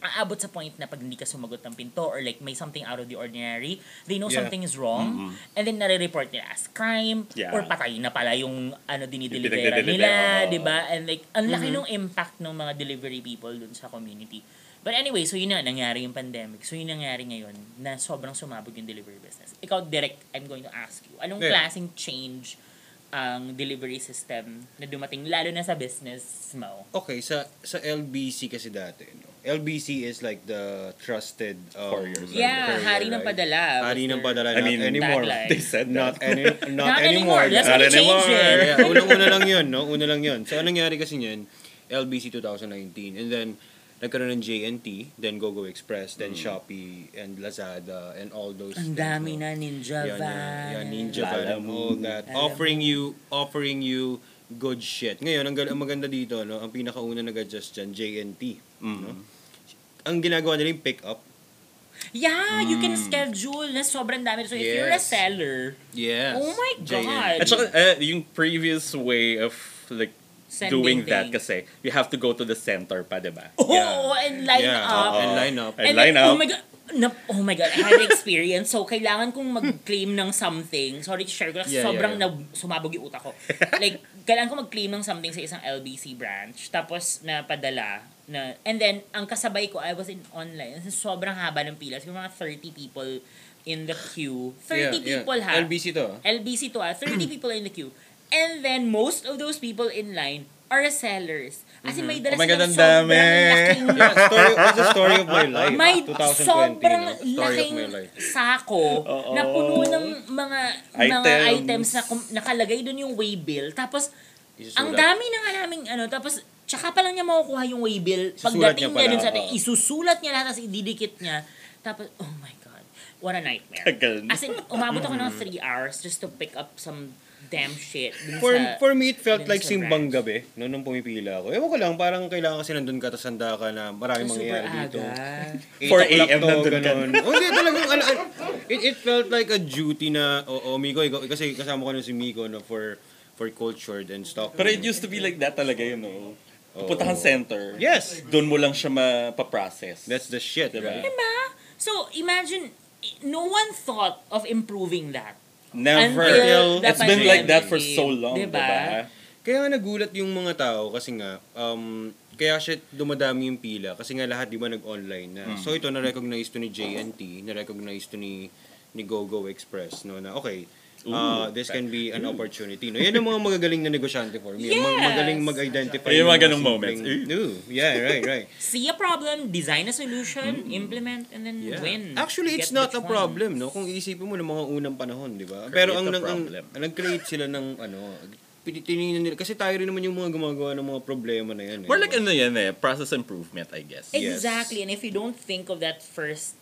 S2: aabot sa point na pag hindi ka sumagot ng pinto or like may something out of the ordinary, they know
S3: Yeah.
S2: something is
S1: Mm-hmm.
S2: wrong and then nare-report nila as crime
S1: Yeah.
S2: or patay na pala yung ano dinideliveran
S1: pinagdedeliver,
S2: nila,
S1: oo.
S2: di ba? And like, ang laki
S3: Mm-hmm.
S2: nung impact ng mga delivery people dun sa community. But anyway, so yun na, nangyari yung pandemic. So yun nangyari ngayon na sobrang sumabog yung delivery business. Ikaw, direct, I'm going to ask you, anong
S3: Yeah.
S2: klaseng change ang delivery system na dumating, lalo na sa business mo?
S3: Okay, sa sa LBC kasi dati, no? LBC is like the trusted um,
S1: Courier service.
S2: Yeah, hari ng padala.
S3: Hari
S2: was
S3: ng
S2: their-
S3: padala.
S1: I mean,
S3: not anymore.
S2: tagline.
S1: They said e-
S3: Not,
S1: that.
S3: any, not,
S2: Not anymore.
S3: anymore.
S2: That's
S1: Not
S2: why they changed
S1: anymore.
S2: it.
S3: yeah, unang-una lang yun, no? Una lang yun. So, anong nangyari kasi niyan? LBC 2019. And then, nagkaroon ng JNT, then GoGo Express,
S1: Mm.
S3: then Shopee, and Lazada, and all those.
S2: Ang
S3: things,
S2: dami
S3: no?
S2: na ninja
S3: Yeah,
S2: van.
S3: yeah, yeah, Ninja
S1: Alam
S3: Venom,
S1: mo.
S3: all that.
S2: Alam
S3: offering you, offering you good shit. Ngayon, ang, gal- ang maganda dito, no, ang
S1: Mm-hmm.
S3: pinakauna nag-adjust dyan, JNT. No? Ang ginagawa nila yung pick up.
S2: Yeah, you can schedule na sobrang dami. So if you're
S3: Hmm.
S2: a
S3: Yes.
S2: seller,
S3: Yes.
S2: Oh my
S3: JNT.
S2: God.
S1: At saka, uh, yung previous way of like
S2: sending
S1: doing that
S2: things.
S1: kasi you have to go to the center pa, di ba?
S2: Oo,
S3: Yeah.
S2: oo, and line
S3: Yeah,
S2: up.
S3: oo. And line up.
S1: And,
S2: And
S1: line
S2: then,
S1: up.
S2: Oh my God. Na- oh my God, I had experience. So, kailangan kong mag-claim ng something. Sorry to share ko, kasi
S3: Yeah, yeah,
S2: sobrang
S3: yeah.
S2: na sumabog yung utak ko. Like, kailangan ko mag-claim ng something sa isang LBC branch. Tapos, napadala. Na, and then, ang kasabay ko, I was in online. Sobrang haba ng pila. Siguro mga 30 people in the queue. 30 people, ha?
S3: LBC to.
S2: LBC to ah, 30 people in the queue. And then, most of those people in line are sellers. As in, may dala
S3: Mm-hmm.
S2: silang sobrang laking
S1: Oh my God, ang dami.
S3: yeah, story, that's the story of Oh my life.
S2: may
S3: 2020,
S2: sobrang
S3: no? Story ah,
S2: laking
S3: of my life.
S2: sako
S1: Oo.
S2: na puno ng mga mga
S1: Items.
S2: items na kum- nakalagay doon yung waybill. Tapos,
S3: Isusulat.
S2: ang dami na nga naming ano, tapos tsaka pa lang niya makukuha yung waybill.
S3: Isusulat
S2: Pagdating
S3: niya
S2: niya
S3: pala,
S2: doon sa atin,
S3: oo.
S2: isusulat niya lahat tapos ididikit niya. Tapos, oh my God. What a nightmare.
S1: Tagal na.
S2: As in, umabot ako ng three hours just to pick up some damn shit. dun
S3: For,
S2: sa,
S3: for me, it felt
S2: dun
S3: like
S2: sa
S3: simbang
S2: branch.
S3: gabi no, nung pumipila ako. Ewan ko lang, parang kailangan kasi nandun ka, tapos handa ka na maraming
S2: Super
S3: mangyayari dito.
S2: aga.
S1: 4 a.m. nandun ka.
S3: ganun. O hindi, talagang, ano, ano, it, it felt like a duty na, o oh, Miko, ikaw, kasi kasama ko na si Miko no, for for culture and stuff.
S1: Pero it used to be like that talaga, you know. Pupunta kang
S3: Oo.
S1: center.
S3: Yes!
S1: Doon mo lang siya mapaprocess.
S3: That's the shit,
S1: Diba?
S3: right?
S2: Diba? So, imagine, no one thought of improving that.
S1: Never.
S2: Until the
S1: It's been like that for
S2: pandemic.
S1: so long,
S2: Diba?
S1: diba?
S3: Kaya nga nagulat yung mga tao kasi nga, um, kaya siya dumadami yung pila kasi nga lahat di ba nag-online
S1: Hmm.
S3: na. So ito na-recognize to ni JNT, na-recognize to ni ni GoGo Express no na okay. uh,
S1: Ooh, hmm.
S3: this can be an opportunity. No, yan ang mga magagaling na negosyante for me. Yung
S2: Yes.
S3: Mga magaling mag-identify.
S1: Yung
S3: ng
S1: mga ganong
S3: simpleng-
S1: moments. Eh.
S3: Ooh, yeah, right, right.
S2: See a problem, design a solution, implement, and then
S3: Yeah.
S2: win.
S3: Actually, it's
S2: Get
S3: not a
S2: which one.
S3: problem, no? Kung iisipin mo ng mga unang panahon, di ba?
S1: Create
S3: Pero ang,
S1: a
S3: nag, ang,
S1: problem.
S3: ang nag-create sila ng, ano, pin- tinignan nila. Kasi tayo rin naman yung mga gumagawa ng mga problema na yan. eh,
S1: More like
S3: di ba?
S1: ano yan eh, process improvement, I guess.
S3: Eh, Yes.
S2: Exactly. And if you don't think of that first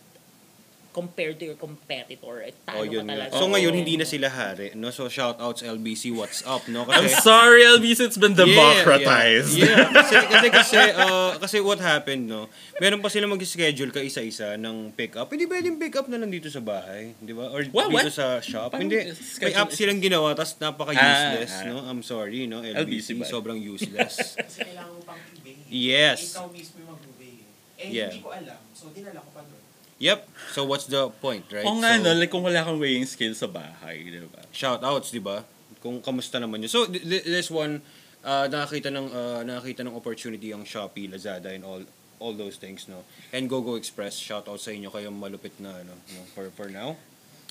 S2: compared to your competitor, eh, talo
S3: Oh, yun
S2: ka
S3: nga.
S2: talaga.
S3: So
S1: Oo.
S3: ngayon, hindi na sila hari, no? So shoutouts LBC, what's up, no?
S1: I'm sorry, Elvis, it's been democratized.
S3: Yeah, yeah. kasi, kasi, kasi, uh, kasi what happened, no? Meron pa sila mag-schedule ka isa-isa ng pick-up. Hindi pwedeng pick-up na lang dito sa bahay, di ba? Or
S1: What,
S3: dito
S1: what?
S3: sa shop.
S1: Paano
S3: Hindi, may
S1: schedule
S3: app
S1: is-
S3: silang ginawa, tapos napaka-useless,
S1: Ah, ah.
S3: no? I'm sorry, no?
S1: LBC
S3: LBC,
S1: ba?
S3: sobrang useless.
S4: Kasi kailangan mo pang i
S3: Yes.
S4: Ikaw mismo yung mag-obey. Eh,
S3: Yeah.
S4: hindi ko alam. So, dinala ko pa doon.
S3: Yep. So what's the point, right?
S1: O nga,
S3: so,
S1: no, like kung wala kang weighing scale sa bahay, di ba?
S3: shoutouts, di ba? Kung kamusta naman yun. So, th- th- this one, uh, nakakita ng, uh, nakakita ng opportunity ang Shopee, Lazada, and all all those things, no? And GoGo Express, shoutout sa inyo kayong malupit na, ano, no? for, for now.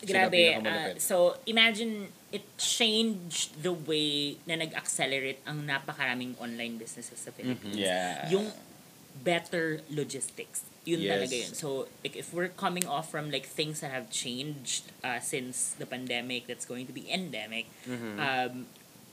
S3: Sila
S2: Grabe.
S3: pinakamalapit.
S2: ah, so, imagine it changed the way na nag-accelerate ang napakaraming online businesses sa Philippines.
S1: Mm-hmm. Yeah.
S2: Yung better logistics. Yun
S3: Mm-hmm. Yes.
S2: talaga yun. So, like, if we're coming off from like things that have changed uh, since the pandemic that's going to be endemic,
S3: Mm-hmm.
S2: um,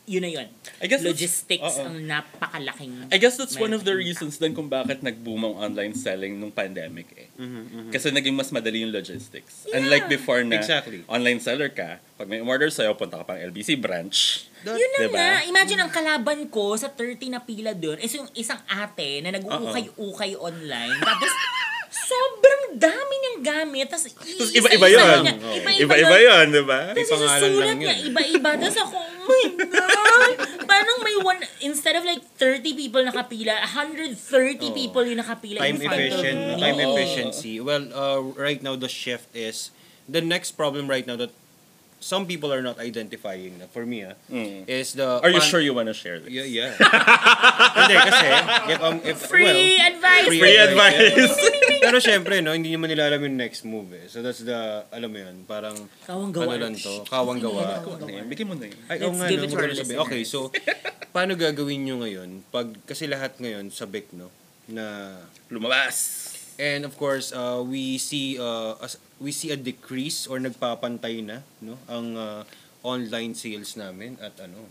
S2: yun na yun.
S1: I guess that's-
S2: logistics
S1: Oo.
S2: ang napakalaking...
S1: I guess that's one of the
S2: Malaking
S1: reasons din kung bakit nag-boom ang online selling nung pandemic eh.
S3: Mm-hmm,
S1: Kasi naging mas madali yung logistics. Unlike before na
S3: Exactly.
S1: online seller ka, pag may order sa'yo, punta ka pang LBC branch.
S3: That-
S2: Yun na
S1: Diba?
S2: nga.
S3: Mm.
S2: Imagine ang kalaban ko sa 30 na pila doon is yung isang ate na nag-uukay-ukay online. Tapos, sobrang dami niyang gamit. Tapos,
S1: Tapos
S2: iisa-isa
S1: iba-iba yun.
S2: niya.
S3: Oo.
S1: Iba-iba yun, di ba?
S2: Tapos
S3: May pangalan
S2: isusulat
S3: lang
S2: niya,
S3: yun.
S2: iba-iba. Tapos ako, oh my God! Parang may one, instead of like 30 people nakapila, 130
S3: Oo.
S2: people yung nakapila
S3: Time
S2: in front
S3: efficient,
S2: of me.
S3: time
S1: Oo.
S3: efficiency. Well, uh, right now, the shift is, the next problem right now that some people are not identifying, na for me, ah,
S1: Mm.
S3: is the...
S1: Are you
S3: pan-
S1: sure you wanna share this?
S3: Yeah, yeah. Hindi, kasi, if, um, if, well,
S2: Free advice!
S3: Free ano
S1: Free
S3: advice.
S1: advice!
S3: Pero syempre, no, hindi naman nila alam yung next move eh. So that's the, alam mo yun, parang,
S2: Kawang gawa.
S3: ano lang to, kawang gawa.
S1: Ano yun? Bigyan mo na yun.
S3: Ay,
S2: Let's
S3: oo nga,
S2: give
S3: no,
S2: it to our
S3: maganda sabi. Okay, so, paano gagawin nyo ngayon? Pag, kasi lahat ngayon, sabik, no? Na,
S1: Lumabas!
S3: and of course, uh, we see, uh, as- we see a decrease or nagpapantay na, no? Ang uh, online sales namin at ano,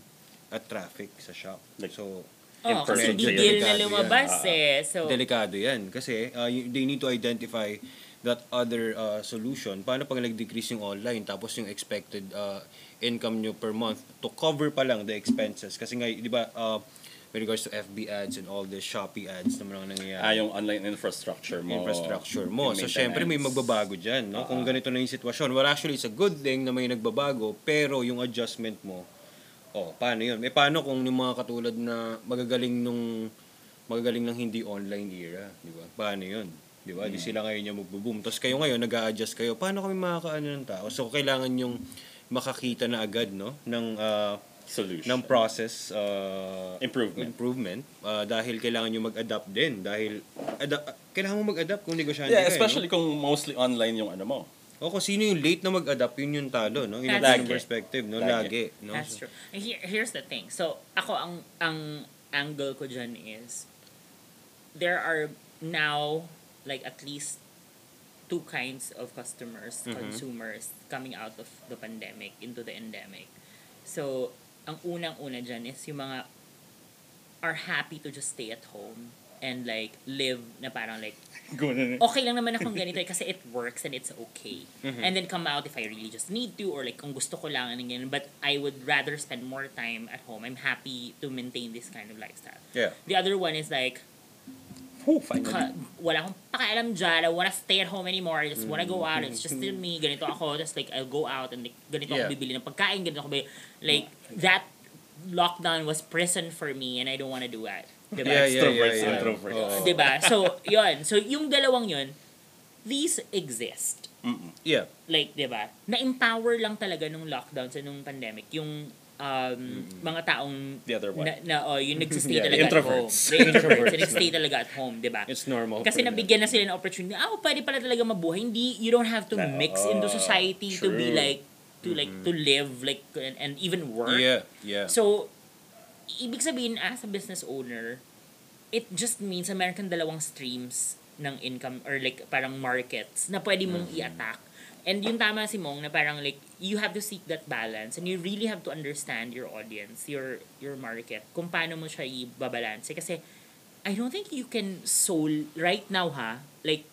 S3: at traffic sa shop.
S1: Like-
S3: So,
S2: Oh, kasi bigil
S1: Imperfect.
S2: na
S3: Delikado yan. Ah,
S2: lumabas eh. So,
S3: delikado yan kasi uh, you- they need to identify that other uh, solution paano pag nag-decrease yung online tapos yung expected uh, income nyo per month to cover pa lang the expenses kasi nga di ba uh, with regards to FB ads and all the Shopee ads na mga nangyayari.
S1: Ah, yung online infrastructure mo.
S3: infrastructure mo.
S1: Yung
S3: So, syempre, may
S1: maintenance.
S3: magbabago dyan, no? Kung
S1: Oo.
S3: ganito na yung sitwasyon. Well, actually, it's a good thing na may nagbabago, pero yung adjustment mo, oh, paano yun? Eh, paano kung yung mga katulad na magagaling nung magagaling ng hindi online era, di ba? Paano yun? Di ba?
S1: Mm.
S3: Di sila ngayon yung magbo-boom. Tapos kayo ngayon, nag adjust kayo. Paano kami makakaano ng tao? So, kailangan yung makakita na agad, no? Ng, ah,
S1: Solution.
S3: ng process ah,
S1: Improvement.
S3: improvement ah, dahil kailangan nyo mag-adapt din dahil ada- kailangan mo mag-adapt kung negosyante ka
S1: Yeah,
S3: eh,
S1: especially
S3: no?
S1: kung mostly online yung ano mo.
S3: o kung sino yung late na mag-adapt yun yung talo no in a
S2: Lagi.
S3: ganung perspective no lagi,
S1: Lagi.
S3: no
S2: That's true. And Here, here's the thing. So, ako ang ang angle ko dyan is there are now like at least two kinds of customers, consumers coming out of the pandemic into the endemic. So, ang unang-una dyan is yung mga are happy to just stay at home and like live na parang like
S1: Ganun.
S2: okay lang naman akong ganito eh, kasi it works and it's okay.
S3: Mm-hmm.
S2: And then come out if I really just need to or like kung gusto ko lang and ganyan. But I would rather spend more time at home. I'm happy to maintain this kind of lifestyle.
S3: yeah
S2: The other one is like,
S1: Whew, finally.
S2: ka, wala akong pakialam dyan. I wanna stay at home anymore. I just wanna go out. It's just still me. Ganito ako. Tapos like, I'll go out and like, ganito
S3: Mm-hmm. Yeah.
S2: ako bibili ng pagkain. Ganito ako bibili. Like, that lockdown was prison for me and I don't wanna do that. Diba?
S3: yeah yeah yeah, yeah,
S1: Extroverts,
S3: yeah.
S1: introverts.
S3: Oo.
S2: Diba? So, yun. So, yung dalawang yun, these exist.
S3: yeah
S2: Like, diba? Na-empower lang talaga nung lockdown sa nung pandemic. Yung um, mga taong
S1: The other one.
S2: na, na oh, yung nagsistay
S3: Yeah,
S2: talaga at
S1: introverts.
S2: home. The introverts.
S3: Introverts.
S2: yung nagsistay talaga at home, diba?
S3: it's normal
S2: Kasi
S3: for them.
S2: nabigyan na sila ng opportunity. Ah, oh, pwede pala talaga mabuhay. Hindi, you don't have to
S1: Na-
S2: mix into
S1: oh,
S2: society to be
S1: true.
S2: like, to like, to live, like, and, and even work.
S3: yeah yeah
S2: So, ibig sabihin, as a business owner, it just means na meron kang dalawang streams ng income or like parang markets na pwede mong
S3: Mm-hmm.
S2: i-attack. And yung tama si Mong na parang like you have to seek that balance and you really have to understand your audience, your your market, kung paano mo siya i-babalanse. Kasi I don't think you can soul right now ha, like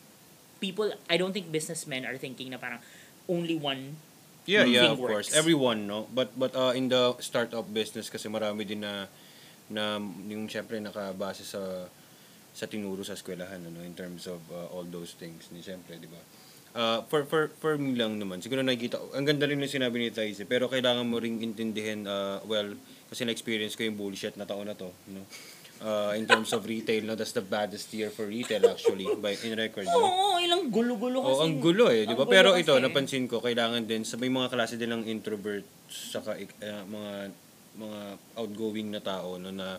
S2: people, I don't think businessmen are thinking na parang only one
S3: Yeah,
S2: Mm.
S3: yeah,
S2: Thing
S3: of course.
S2: works.
S3: Everyone, no? But but uh, in the startup business kasi marami din na na yung syempre nakabase sa sa tinuro sa eskwelahan ano in terms of uh, all those things ni syempre, di ba? Uh, for for for me lang naman. Siguro nakikita ko- ang ganda rin ng sinabi ni Thais, eh, pero kailangan mo ring intindihin uh, well kasi na-experience ko yung bullshit na taon na to, no? Uh, in terms of retail, no? That's the baddest year for retail actually by in record, no?
S2: Oo, ilang gulo-gulo kasi.
S3: Oh, Mm-hmm. ang gulo eh, di ba?
S2: Ang gulo
S3: Pero ito,
S2: kasi.
S3: napansin ko, kailangan din, sa may mga klase din ng introvert, saka ik- eh, mga mga outgoing na tao, no, na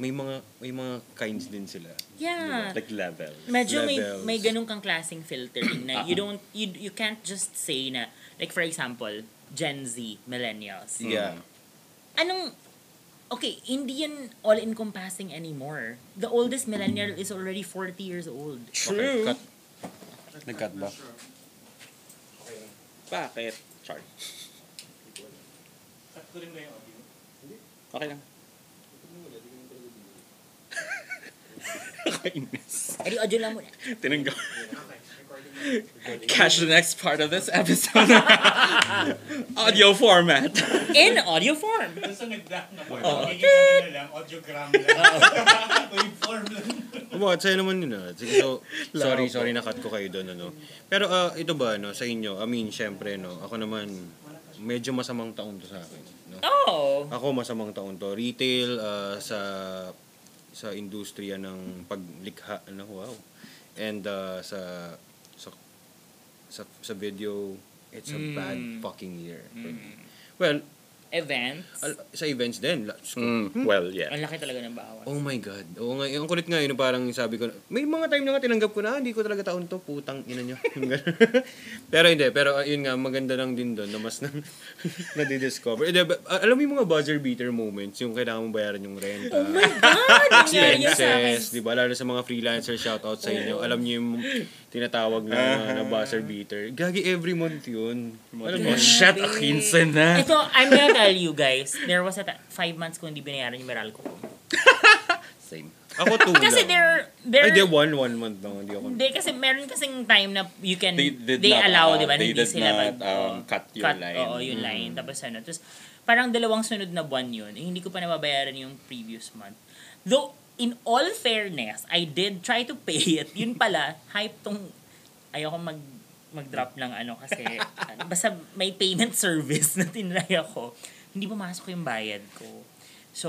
S3: may mga may mga kinds din sila.
S2: Yeah.
S1: Like level.
S2: Medyo may
S3: levels.
S2: may ganun kang klaseng filtering na you don't you you can't just say na like for example, Gen Z, millennials.
S3: Yeah.
S2: Anong Okay, hindi yan all-encompassing anymore. The oldest millennial is already 40 years old.
S1: True.
S3: cut. Nag-cut ba?
S4: Sure. Okay.
S1: Bakit? Char.
S4: Cut ko rin ba yung audio?
S1: Okay lang. Nakainis.
S2: Edi, audio lang muna.
S1: Tinanggal.
S4: Okay, recording na.
S1: Catch the next part of this episode. Audio format.
S2: In audio form.
S4: Doon sa nagdaan na,
S1: Oo.
S4: magiging ano na lang, audiogram lang.
S1: Oh.
S4: Waveform lang.
S3: Kumbaga, Ano sa'yo naman yun ah. Sige, so, sorry,
S1: Labo.
S3: sorry, nakat ko kayo doon, ano. Pero ah, ito ba, no, sa inyo, I mean, syempre, no, ako naman, medyo masamang taon to sa akin, no?
S2: Oh.
S3: Ako masamang taon to. Retail ah, sa sa industriya ng paglikha ano wow. And ah, sa sa sa, sa video it's a bad fucking year. for me. Well,
S2: Events.
S3: al- sa events din. la-
S1: Well, yeah.
S2: Ang laki talaga ng bawas.
S3: Oh my god. Oo nga, ang kulit nga yun, parang sabi ko, may mga time na nga tinanggap ko na, "Ah, hindi ko talaga taon to, putang ina nyo. Yung ganun. pero hindi, pero ah, yun nga, maganda lang din doon na mas na, nadidiscover. Hindi, ba- ah, alam mo yung mga buzzer beater moments, yung kailangan mong bayaran yung renta.
S2: Oh my God! Ang ah. nangyari yun sa akin.
S3: expenses, di ba? Lalo sa mga freelancer, shoutout sa inyo. Alam niyo yung tinatawag na, na buzzer beater. Gagi every month yun. Alam mo,
S1: Oh, shit, a quince na.
S2: Ito, I'm gonna tell you guys, there was a ta- five months ko hindi binayaran yung Meralco ko.
S1: Same.
S3: ako two
S2: Kasi
S3: lang.
S2: there, there,
S3: Ay, di, one, one month lang. Hindi ako.
S2: hindi, kasi meron kasing time na you can,
S1: They
S2: they,
S1: did not,
S2: allow,
S1: uh,
S2: di ba? na
S1: they
S2: Hindi
S1: did
S2: sila
S1: not,
S2: mag,
S1: um,
S2: oo,
S1: cut your line. Mm.
S2: Oo, yung line. Tapos ano, tapos parang dalawang sunod na buwan yun, eh, hindi ko pa nababayaran yung previous month. Though, in all fairness, I did try to pay it. Yun pala, hype tong... Ayoko mag mag-drop lang ano kasi ano, basta may payment service na tinry ako. Hindi pumasok yung bayad ko. So,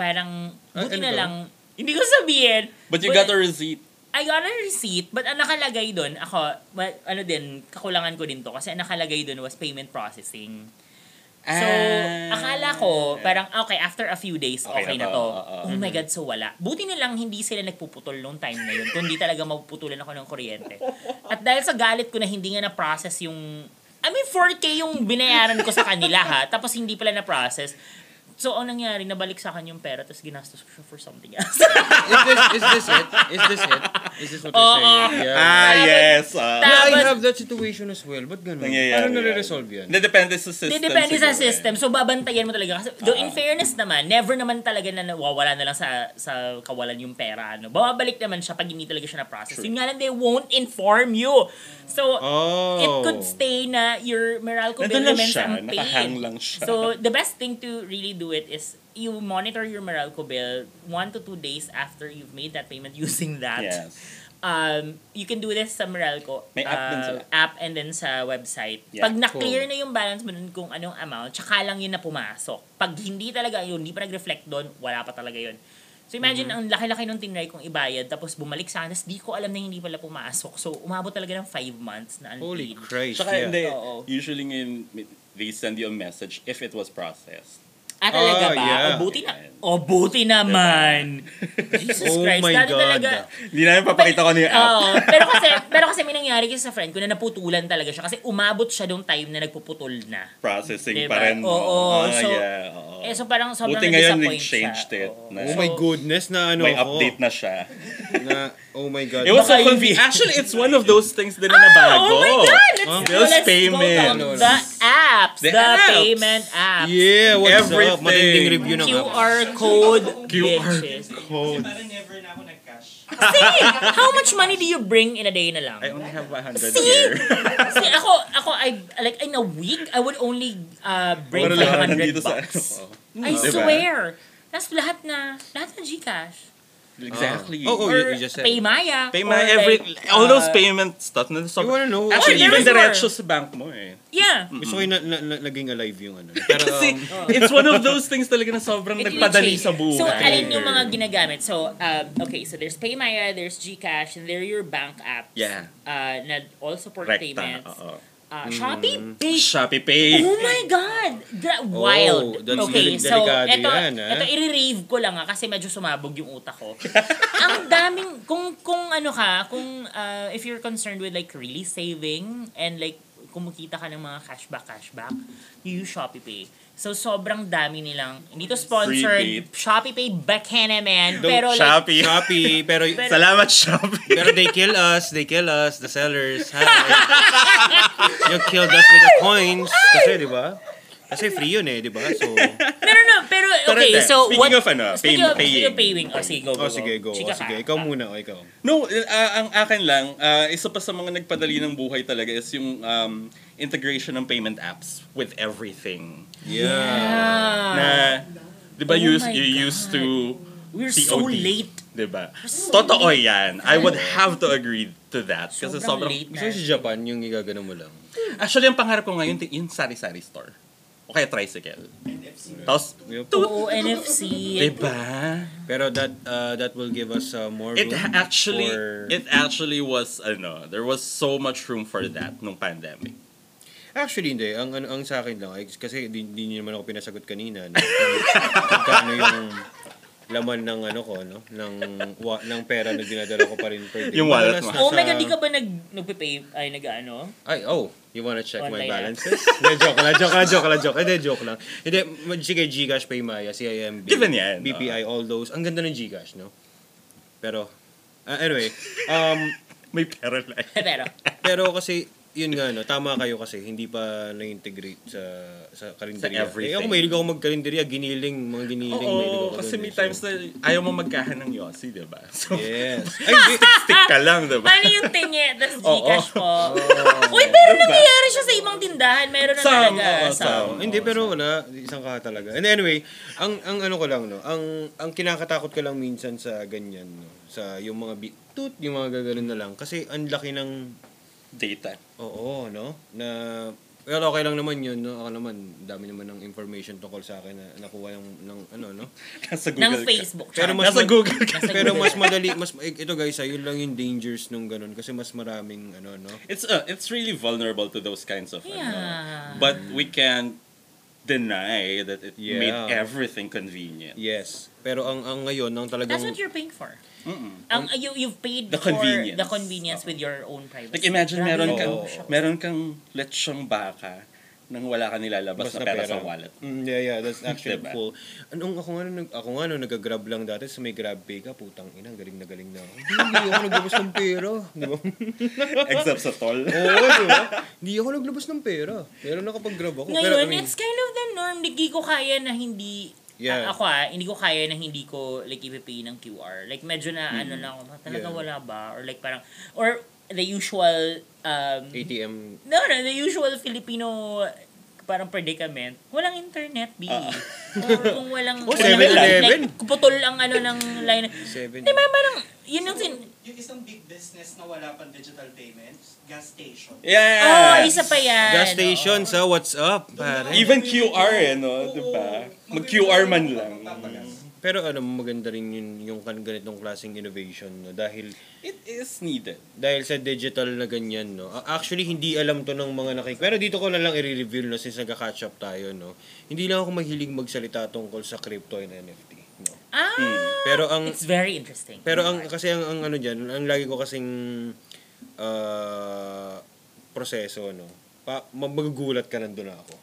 S2: parang
S3: Ah,
S2: buti
S3: ano
S2: na
S3: to?
S2: lang hindi ko sabihin.
S1: But you got a receipt.
S2: I got a receipt, but ang nakalagay doon, ako, ma- ano din, kakulangan ko din to kasi ang nakalagay doon was payment processing. So,
S1: Ah.
S2: akala ko, parang, okay, after a few days, okay,
S1: Okay
S2: na
S1: na to,
S2: to.
S1: oo. Mm-hmm.
S2: Oh my God, so wala. Buti na lang hindi sila nagpuputol noong time na yun, kundi talaga mapuputulan ako ng kuryente. At dahil sa galit ko na hindi nga na-process yung, I mean, 4K yung binayaran ko sa kanila ha, tapos hindi pala na-process. So, ang nangyari, nabalik sa akin yung pera, tapos ginastos ko siya for something
S3: Is
S2: else.
S3: this, is this it? Is this it? Is this what
S2: Oo.
S3: you're saying? Yeah.
S1: Ah,
S2: Tapos-
S1: yes. ah.
S2: Tapos-
S3: I have that situation as well. Ba't ganun?
S1: Nangyayari
S3: Paano nare-resolve
S1: yan.
S3: yan?
S1: Depende sa system.
S2: Hindi, depende sa
S1: siguro eh.
S2: system. So, babantayan mo talaga. Kasi, though, in
S1: Ah.
S2: fairness naman, never naman talaga na nawawala na lang sa, sa kawalan yung pera. Ano. Babalik naman siya pag hindi talaga siya na-process.
S1: True.
S2: Yun nga lang, they won't inform you. So,
S3: Oh.
S2: it could stay na your Meralco bill
S1: Nandun lang
S2: remains
S1: siya, nakahang
S2: unpaid.
S1: lang siya.
S2: So, the best thing to really do it is you monitor your Meralco bill one to two days after you've made that payment using that.
S1: Yes.
S2: Um, you can do this sa Meralco Ah,
S1: May app din sila.
S2: app and then sa website.
S1: Yeah,
S2: Pag na-clear
S3: cool.
S2: na yung balance mo nun kung anong amount, tsaka lang yun na pumasok. Pag hindi talaga yun, hindi pa nag-reflect doon, wala pa talaga yun. So imagine, ang laki-laki nung tinry kong ibayad, tapos bumalik sa akin, tapos di ko alam na hindi pala pumasok. So umabot talaga ng 5 months na
S3: Holy
S2: unpaid.
S3: Christ.
S1: Tsaka
S3: yeah.
S1: hindi,
S2: Oo.
S1: usually ngayon, they send you a message if it was processed.
S2: Ah,
S3: Ah,
S2: talaga ba?
S3: yeah.
S2: O buti na. O buti naman. Jesus
S3: Oh
S2: Christ.
S3: my
S2: dati
S3: God.
S2: talaga.
S1: Hindi namin papakita ko na yung app.
S2: Oo. pero kasi, pero kasi may nangyari kasi sa friend ko na naputulan talaga siya. Kasi umabot siya nung time na nagpuputol na.
S1: Processing
S2: Diba?
S1: pa rin.
S2: Oo,
S1: Ah,
S2: so-
S1: yeah, oo.
S2: Eh, so parang sobrang
S1: Buti ngayon,
S2: na-disappoint siya.
S1: nag-changed it.
S2: Oo.
S1: Na-
S3: Oh my
S2: So,
S3: goodness na ano
S1: May
S3: ako.
S1: update na siya.
S3: na, oh my God.
S1: It was so
S2: Baka yun
S1: convenient.
S2: eh.
S1: Actually, it's one of those things din na
S2: Ah,
S1: nabago.
S2: oh my God! Let's,
S3: Huh?
S2: go,
S1: Bills
S2: let's
S1: payment.
S2: go down. The apps.
S1: The
S2: The,
S1: apps.
S2: payment apps.
S3: Yeah, what's
S1: Everything.
S3: up? Matinding review ng
S2: QR code,
S3: QR
S2: bitches.
S4: Kasi
S3: code.
S4: parang never na ako nag-cash.
S2: See, how much money do you bring in a day na lang?
S1: I only have 100
S2: See?
S1: here.
S2: Kasi ako, ako, I, like, in a week, I would only uh, bring
S1: Pero lahat
S2: 500
S1: nandito sa
S2: bucks.
S1: ano.
S2: I
S1: Diba?
S2: swear. Tapos lahat na, lahat na Gcash.
S1: Exactly.
S3: Oh, oh,
S1: Or
S3: you, you just said. it.
S2: Paymaya.
S1: Pay
S2: or
S1: my every...
S2: like,
S1: all
S2: uh,
S1: those payment stuff na
S3: You wanna know?
S2: Oh,
S1: Actually,
S2: there
S1: even
S2: is more.
S1: diretso sa bank mo eh.
S2: Yeah.
S3: Gusto ko yung na, na, na- naging alive yung ano. Pero,
S1: Kasi
S3: um,
S1: it's one of those things talaga na sobrang
S2: It will
S1: nagpadali
S2: change.
S1: sa buhay.
S2: So, alin yung mga ginagamit? So, um, okay, so there's Paymaya, there's Gcash, and there are your bank apps.
S1: Yeah.
S2: Uh, na all support
S1: Rekta,
S2: payments.
S1: oo.
S2: Uh, Shopee Pay.
S1: Shopee Pay.
S2: Oh my God! That
S3: Eh.
S2: wild.
S3: Oh, that's
S2: okay,
S3: delik-
S2: so
S3: delikado
S2: ito,
S3: yan, ah.
S2: ito i-rave ko lang ah, kasi medyo sumabog yung utak ko. Ang daming, kung, kung ano ka, kung uh, if you're concerned with like really saving and like kumikita ka ng mga cashback, cashback, you use Shopee Pay. So, sobrang dami nilang, hindi to
S1: Free
S2: sponsored,
S1: bait.
S2: Shopee Pay, bakena man,
S3: Don't-
S2: pero like,
S1: Shopee.
S3: Shopee, pero,
S2: Pero-
S1: Salamat, Shopee.
S3: pero they kill us, they kill us, the sellers. Hi. you killed us with the coins. Kasi, di ba? Kasi free yun eh, di ba? So,
S2: no, no, no, pero okay,
S1: Pero,
S2: so
S1: speaking
S2: what,
S1: of ano,
S2: speaking
S1: pay-
S2: of, speaking of
S1: paying.
S2: paying, oh, sige, go, go,
S3: uh, oh, sige, go.
S2: Chika
S3: Oh,
S2: ka.
S3: sige, ikaw muna, oh, ikaw.
S1: No, ah, ang akin lang, ah, isa pa sa mga nagpadali ng buhay talaga is yung um, integration ng payment apps with everything.
S3: Yeah.
S2: Ah.
S1: Na, di ba,
S2: Oh
S1: you,
S2: my
S1: you
S2: God.
S1: used to
S2: We're
S1: COD.
S2: so late.
S1: Di ba?
S2: so
S1: Totoo yan. I would have to agree to that. Kasi sobrang...
S2: Sobrang late
S3: Gusto ko si Japan, yung igagano mo lang.
S1: Actually, ang pangarap ko ngayon, yung sari-sari store. O kaya tricycle. Tapos,
S3: Yup.
S2: Oo, NFC.
S1: di ba?
S3: Pero that uh, that will give us uh, more
S1: It
S3: room
S1: actually
S3: for...
S1: it actually was ano, there was so much room for that nung pandemic.
S3: Actually, hindi. Ang, ano, ang, ang sa akin lang, ay, kasi di, di niyo naman ako pinasagot kanina. No? Magkano yung laman ng ano ko, no? Ng, wa, ng pera na dinadala ko pa rin per day.
S1: Yung
S3: Madalas
S1: wallet mo.
S3: nasa-
S2: Oh my God, di ka ba nag, nagpe-pay, ay nag-ano?
S3: Ay, oh. You wanna check my
S2: Online
S3: balances? Hindi, joke lang, joke lang, joke lang, joke. Hindi, joke lang. Hindi, ma- sige, Gcash, Paymaya, CIMB,
S1: Given yan, oh.
S3: BPI, all those. Ang ganda ng Gcash, no? Pero, ah, anyway, um,
S1: May pera lang.
S2: Pero,
S3: Pero kasi, yun nga, no, tama kayo kasi, hindi pa na-integrate sa sa kalendarya.
S1: Sa everything.
S3: Eh, ako mahilig ako mag-kalendarya, giniling, mga giniling, mahilig
S1: Oo,
S3: ako
S1: kasi
S3: dun,
S1: may
S3: eh.
S1: times
S3: So,
S1: na ayaw mo magkahan ng Yossi, di ba? So,
S3: Yes. Ay, di,
S1: stick ka lang, di ba?
S2: paano yung tingi, tas
S1: Oo. Oh. Diba?
S2: Gcash po? Uy, pero nangyayari siya sa ibang tindahan, meron na
S1: Some,
S2: talaga.
S1: oo,
S2: some.
S1: some.
S3: Hindi,
S1: Oo,
S3: pero wala. Isang ka talaga. And anyway, ang, ang ano ko lang, no? Ang, ang kinakatakot ko lang minsan sa ganyan, no? Sa yung mga bi- toot, yung mga gaganon na lang. Kasi ang laki ng,
S1: Data.
S3: oo, no? Na, pero okay lang naman yun, no? Ako naman, dami naman ng information tungkol sa akin na nakuha ng, ng ano, no?
S1: Nasa
S2: Ng
S1: Google. ka.
S2: Facebook.
S3: Pero mas
S1: Nasa
S3: mag-
S1: Google ka.
S2: Nasa
S3: Pero
S2: Google.
S3: mas madali, mas, ito guys, ah, yun lang yung dangers nung ganun. Kasi mas maraming, ano, no?
S1: It's uh, it's really vulnerable to those kinds of ano.
S2: Yeah.
S1: But we can't deny that it
S3: Yeah.
S1: made everything convenient.
S3: Yes. Pero ang, ang ngayon, ang talagang...
S2: That's what you're paying for.
S1: Mm-mm.
S2: Ang you you've paid
S1: The
S2: for
S1: convenience.
S2: the convenience with your own privacy.
S1: Like imagine
S2: Grabe
S1: meron
S2: yun.
S1: kang
S3: Oo.
S1: meron kang lechong baka nang wala ka nilalabas
S3: Basta
S1: na pera, sa wallet.
S3: Mm, yeah, yeah, that's actually
S1: Diba?
S3: cool. Anong ako nga, nung- ako nga nung nag-grab lang dati sa may grab pay ka, putang ina, galing na galing na ako. Hindi, Hindi ako naglabas ng pera. Di ba?
S1: Except sa tol.
S3: Oo, di ba? Hindi ako naglabas ng pera. Pero nakapag-grab ako. pero, I
S2: Ngayon,
S3: mean,
S2: it's kind of the norm. Hindi ko kaya na hindi...
S3: Yeah.
S2: Ah, ako ah, hindi ko kaya na hindi ko like ipipay ng QR. Like medyo na ano lang ako, talaga
S3: Mm. Yeah.
S2: wala ba? Or like parang, or the usual, um,
S3: ATM.
S2: no, no, the usual Filipino parang predicament. Walang internet, B.
S1: Ah.
S2: Or kung walang...
S3: Oh,
S2: walang
S3: 7-Eleven.
S2: like, kuputol ang ano ng line.
S3: Seven.
S2: Di ba parang, yun yung sin...
S4: Yung isang big business na wala pang digital payments, gas station.
S2: Oh,
S1: Yeah.
S2: isa pa
S3: Ah.
S2: yan.
S3: Gas station,
S2: oo.
S3: sa what's up, pare?
S1: Even QR eh, no? Diba? Mag-QR man lang. Mm.
S3: Pero ano, maganda rin yun, yung kan- ganitong klaseng innovation. No? Dahil
S1: It is needed.
S3: dahil sa digital na ganyan, no? A- Actually, hindi alam to ng mga nakik... Pero dito ko na lang i-reveal, no, since nagka-catch up tayo, no? Hindi lang ako mahilig magsalita tungkol sa crypto and NFT, no?
S2: Ah,
S3: Hmm. Pero ang...
S2: it's very interesting.
S3: Pero ang kasi ang, ang ano diyan, ang lagi ko kasing ah, proseso no. Pa, ma- magugulat ka nandun ako.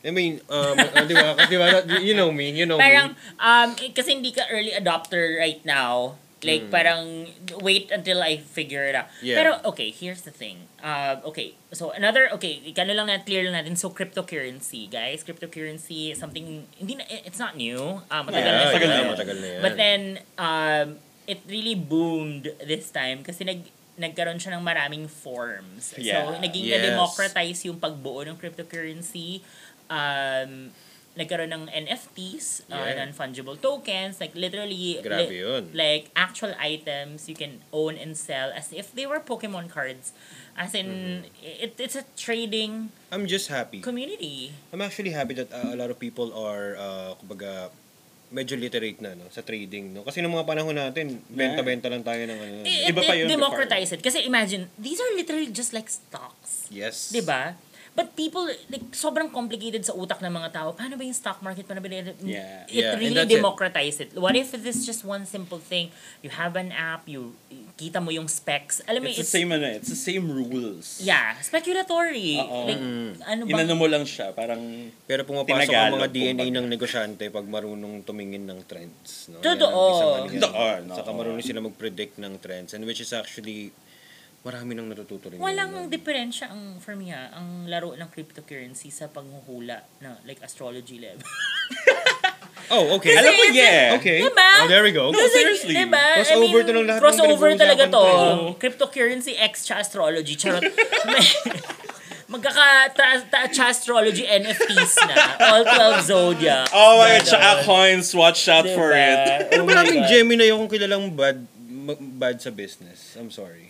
S3: I mean, um, ah, di ba? Kasi di ba, you know me, you know
S2: Parang,
S3: me.
S2: um, kasi hindi ka early adopter right now. Like, parang, wait until I figure it out.
S3: Hmm. Yeah.
S2: Pero, okay, here's the thing. Uh, okay, so another, okay, ikano lang na clear lang natin. So, cryptocurrency, guys. Cryptocurrency is something, hindi na, eh, it's not new. Um,
S3: Yeah,
S2: matagal na.
S1: matagal
S2: siya.
S1: na,
S3: matagal na yan.
S2: But then, um, it really boomed this time kasi nag, nagkaroon siya ng maraming forms.
S1: Yeah.
S2: So, naging
S3: Yes.
S2: na-democratize yung pagbuo ng cryptocurrency. Um, nagkaroon ng NFTs, uh,
S3: Yeah.
S2: non-fungible tokens, like literally,
S3: Grabe yun.
S2: like actual items you can own and sell as if they were Pokemon cards. As in,
S1: Mm-hmm.
S2: it, it's a trading
S3: I'm just happy.
S2: community.
S3: I'm actually happy that uh, a lot of people are, uh, kumbaga, medyo literate na no, sa trading. No? Kasi nung mga panahon natin, benta-benta lang tayo ng ano.
S2: It,
S1: Mm-hmm. Iba pa
S2: it
S1: yun,
S2: democratize it. Kasi imagine, these are literally just like stocks.
S3: Yes.
S2: Diba? But people, like, sobrang complicated sa utak ng mga tao. Paano ba yung stock market? Paano ba yung...
S1: Yeah.
S2: It
S3: Yeah, and
S2: really
S3: that's it.
S2: democratize it. What if this is just one simple thing? You have an app, you kita mo yung specs. Alam mo,
S1: It's
S2: it's...
S1: the same ano, eh, it's the same rules.
S2: Yeah, speculatory.
S1: Oo.
S2: Like, ano ba?
S1: Inano mo lang siya, parang
S3: Pero pumapasok ang mga
S1: Tinagalog,
S3: DNA
S1: kumbaga.
S3: ng negosyante pag marunong tumingin ng trends. No?
S2: Totoo.
S1: Totoo, no.
S3: ano Saka marunong sila mag-predict ng trends. And which is actually, marami nang natututo rin.
S2: Walang
S3: ngayon.
S2: diferensya ang, for me ha, ang laro ng cryptocurrency sa panghuhula na like astrology level.
S3: Oh, okay.
S1: Alam mo,
S2: it's-
S1: yeah.
S3: Okay.
S2: Diba?
S3: Oh, there we go.
S1: No, seriously.
S2: Diba?
S3: Crossover to ng lahat ng
S2: Crossover
S3: pinag-uusapan
S2: talaga to.
S3: ko.
S2: Cryptocurrency X cha astrology. Charot. Magkaka-astrology NFTs na. All 12 zodiac.
S1: Oh my God, tsaka coins, watch out
S2: Diba?
S1: for it.
S2: Oh
S3: Pero
S2: my
S3: maraming
S2: God.
S3: Gemini akong kilalang bad, ma- bad sa business. I'm sorry.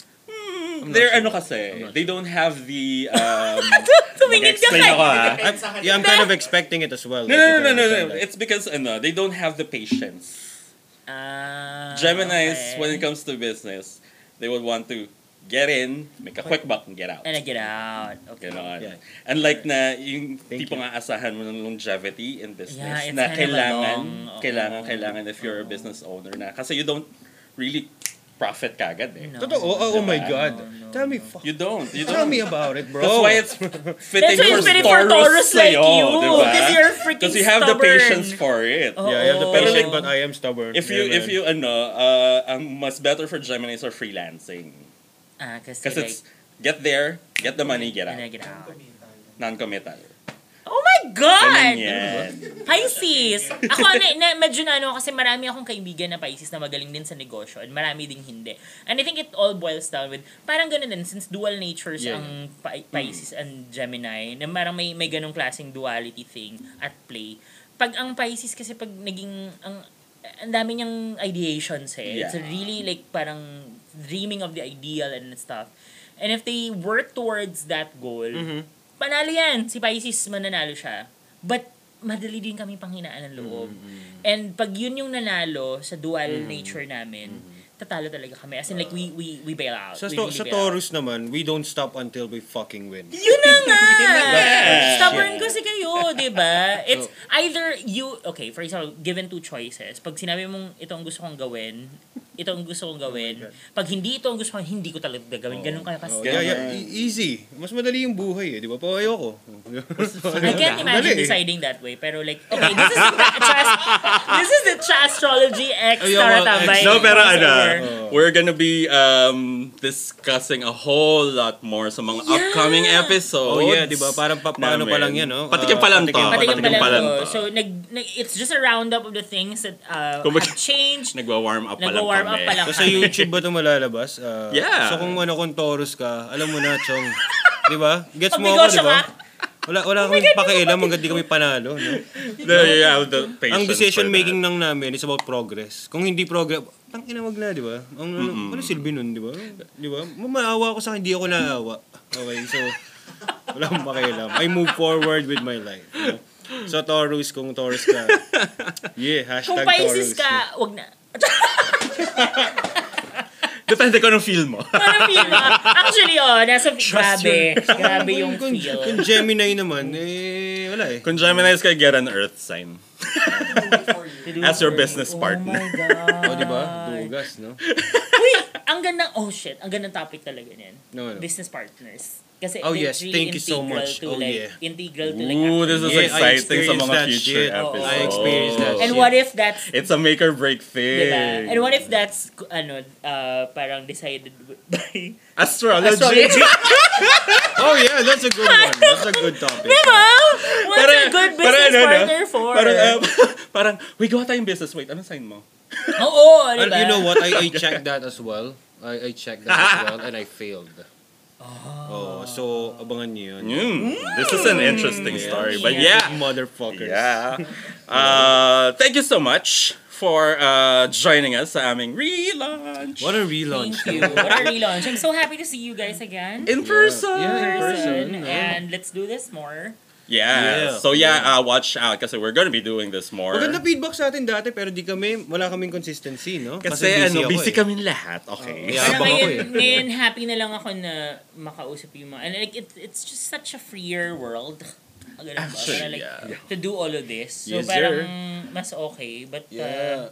S1: They're
S3: sure.
S1: ano kasi, they don't have the, um,
S2: Tumingin ka
S1: mag-explain
S2: kay-
S1: ako ha.
S3: I'm, yeah, I'm kind of expecting it as well. Like,
S1: No, no,
S3: you
S1: no, no,
S3: can
S1: no, no.
S3: understand that.
S1: It's because ano, they don't have the patience.
S2: Ah,
S1: Gemini's,
S2: okay.
S1: when it comes to business, they would want to get in, make a quick buck, and get out.
S2: And I get out. Okay.
S1: Ganon.
S3: Yeah.
S1: And like na, yung
S3: Thank
S1: tipong aasahan mo ng longevity in business
S2: Yeah, it's
S1: na
S2: kind of a
S1: kailangan,
S2: long- oo.
S1: kailangan, kailangan if you're a business owner na. Kasi you don't really profit kagad eh.
S2: No.
S3: Totoo. Oh, oh my
S1: Diba?
S3: God.
S2: No, no,
S3: Tell me, fuck.
S1: You don't. You
S3: Tell
S1: don't.
S3: me about it, bro.
S1: That's why it's fitting
S2: That's why
S1: for
S2: it's fitting for Taurus like
S1: sa'yo,
S2: you.
S1: diba?
S2: Because you're freaking
S1: Because you have the
S2: stubborn. Oh.
S1: patience for it.
S2: Oo.
S3: Yeah, I have the
S2: Oo.
S3: patience, but I am stubborn.
S1: If you,
S3: Yeah,
S1: if
S3: man.
S1: you, ano, uh, ang mas better for Geminis are freelancing.
S2: Ah, kasi
S1: Because
S2: like,
S1: it's, get there, get the money, get
S2: and I
S1: out.
S2: get out.
S1: Non-committal.
S2: Oh my my God!
S1: Ganun yan.
S2: Pisces! Ako, na, na, medyo na ano, kasi marami akong kaibigan na Pisces na magaling din sa negosyo and marami ding hindi. And I think it all boils down with, parang ganun din, since dual natures
S3: Yeah.
S2: ang Pi- Pisces and Gemini, na parang may, may ganung klaseng duality thing at play. Pag ang Pisces kasi pag naging, ang, ang dami niyang ideations eh. It's
S1: Yeah.
S2: really like parang dreaming of the ideal and stuff. And if they work towards that goal,
S3: Mhm.
S2: panalo yan. Si Pisces, mananalo siya. But, madali din kami panghinaan ng loob. And pag yun yung nanalo sa dual nature namin, tatalo talaga kami. As in, like, we we we bail out.
S3: Sa,
S2: We
S3: to-
S2: really
S3: sa
S2: bail out.
S3: Taurus naman, we don't stop until we fucking win.
S2: Yun na nga! Stubborn
S1: Yeah.
S2: kasi kayo, di ba? It's
S3: So-
S2: either you, okay, for example, given two choices, pag sinabi mong ito ang gusto kong gawin, ito ang gusto kong gawin, pag hindi ito ang gusto kong, hindi ko talaga gagawin. Ganun ka kasi.
S3: Oh,
S1: Ganun.
S3: yeah, yeah. E- easy. Mas madali yung buhay eh, di ba? Pa ayoko.
S2: I can't imagine
S3: Dali eh.
S2: deciding that way. Pero like, okay, this is the chas- this is the cha astrology ex
S3: Ayoko,
S2: taratambay.
S3: ex.
S1: No, pero ano,
S2: crossover.
S3: oh,
S1: we're gonna be um, discussing a whole lot more sa mga
S2: Yeah.
S1: upcoming episodes.
S3: Oh yeah, di ba? Parang pa, paano
S1: namin.
S3: pa lang yan, oh. Ah, no?
S1: Patikim pa lang to.
S2: Pati yung
S1: Patikim pa lang
S2: pala
S1: to.
S2: So, nag, nag, it's just a roundup of the things that uh,
S1: Kumbaga-
S2: have changed.
S1: Nagwa-warm up pa lang
S2: Nagwa-warm up
S1: kami.
S2: pa lang.
S3: So, sa YouTube ba ito malalabas? Ah,
S1: Yeah.
S3: So kung ano kung Taurus ka, alam mo na, Chong. Di ba? Gets
S2: Pag
S3: mo ako,
S2: negosyo
S3: di ba?
S2: ka.
S3: Wala, wala akong pakialam hanggang di kami panalo. No?
S1: No, you have the patience
S3: Ang decision
S1: for that.
S3: making ng namin is about progress. Kung hindi progress, tang ina wag na, di ba? Ang ano, ano silbi nun, di ba? Di ba? Ma- Maawa ako sa akin, hindi ako naawa. Okay, so wala akong pakialam. I move forward with my life. you know? So Taurus, kung Taurus ka, yeah, hashtag
S2: Kung Pisces
S3: Taurus.
S2: ka, wag na.
S1: Depende ko ng feel mo.
S2: Parang feel mo. Actually, oh, nasa grabe. Grabe yung
S3: kung,
S2: feel.
S3: kung Gemini naman, eh, wala eh.
S1: Kung Gemini ka, get an earth sign.
S4: for you.
S1: As your business partner.
S2: Oh my God.
S3: O, di ba? Dugas, no?
S2: Uy, ang ganda, oh shit, ang gandang topic talaga niyan.
S3: No, no.
S2: business partners. Kasi
S3: Oh,
S2: it's
S3: yes,
S2: really
S3: thank you so
S2: integral
S3: much. Oh,
S2: To, like,
S3: yeah.
S2: Integral to like
S1: Ooh, this is
S2: actually-
S3: Yeah, I
S1: exciting sa
S3: experienced
S1: mga
S3: that
S1: future
S3: shit. Oh,
S1: episodes.
S2: I
S3: experienced that
S2: And
S3: shit.
S2: what if that's
S1: It's a make or break thing.
S2: Diba? And what if that's ano uh, parang decided by
S1: Astrology.
S2: astrology?
S3: Oh yeah, that's a good one. That's a good topic.
S2: diba? What's
S1: Parang-
S2: a good
S1: parang
S2: business
S1: ano, no?
S2: partner for?
S1: Parang, uh, parang, uy, gawa tayong business. Wait, anong sign mo?
S2: Oo,
S3: Well,
S2: diba?
S3: you know what? I, I checked that as well. I, I checked that as well and I failed.
S2: Ah.
S3: Oh, so abangan niyo yun.
S1: Mm, This is an interesting story. But
S2: Yeah.
S1: yeah.
S3: Motherfuckers.
S1: Yeah. Uh, thank you so much for uh, joining us sa aming relaunch.
S3: What a relaunch.
S2: Thank you. What a relaunch. I'm so happy to see you guys again.
S1: in person.
S3: Yeah, in person.
S2: Person, And let's do this more.
S1: Yeah.
S3: Yeah.
S1: So yeah, Uh, watch out kasi we're gonna be doing this more.
S3: Maganda feedback sa atin dati pero di kami, wala kaming consistency, no?
S1: Kasi,
S3: ako
S1: ano,
S3: eh.
S1: busy kami lahat.
S3: Oh,
S1: Okay.
S3: yeah. Abang ako
S2: Parang ngayon,
S3: eh.
S2: ngayon, happy na lang ako na makausap yung mga... And like, it, it's just such a freer world. Ah, ganun ba?
S1: Actually,
S2: Parang, like,
S1: yeah.
S2: To do all of this. So
S1: Yes,
S2: parang mas okay. But uh,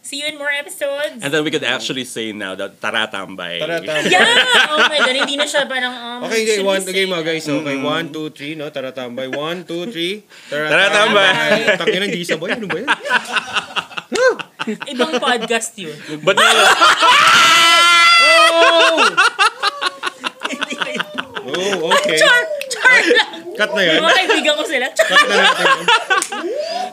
S2: see you in more episodes.
S1: And then we could actually say now that taratambay.
S3: Taratambay.
S2: yeah! Oh my God, hindi na siya parang... Um,
S3: Okay, okay,
S2: should
S3: one,
S2: we say
S3: okay mga guys.
S2: that?
S3: Okay, one, two, three, no? Tara tambay. One, two, three. Tara
S1: Tara, tambay.
S3: Tangina, hindi sabay. Ano ba yan?
S2: Ibang podcast yun.
S1: But now,
S3: Oh, okay.
S2: Char! Char!
S3: Cut na yan.
S2: Yung mga kaibigan ko sila. Char!
S3: Cut na natin. yun.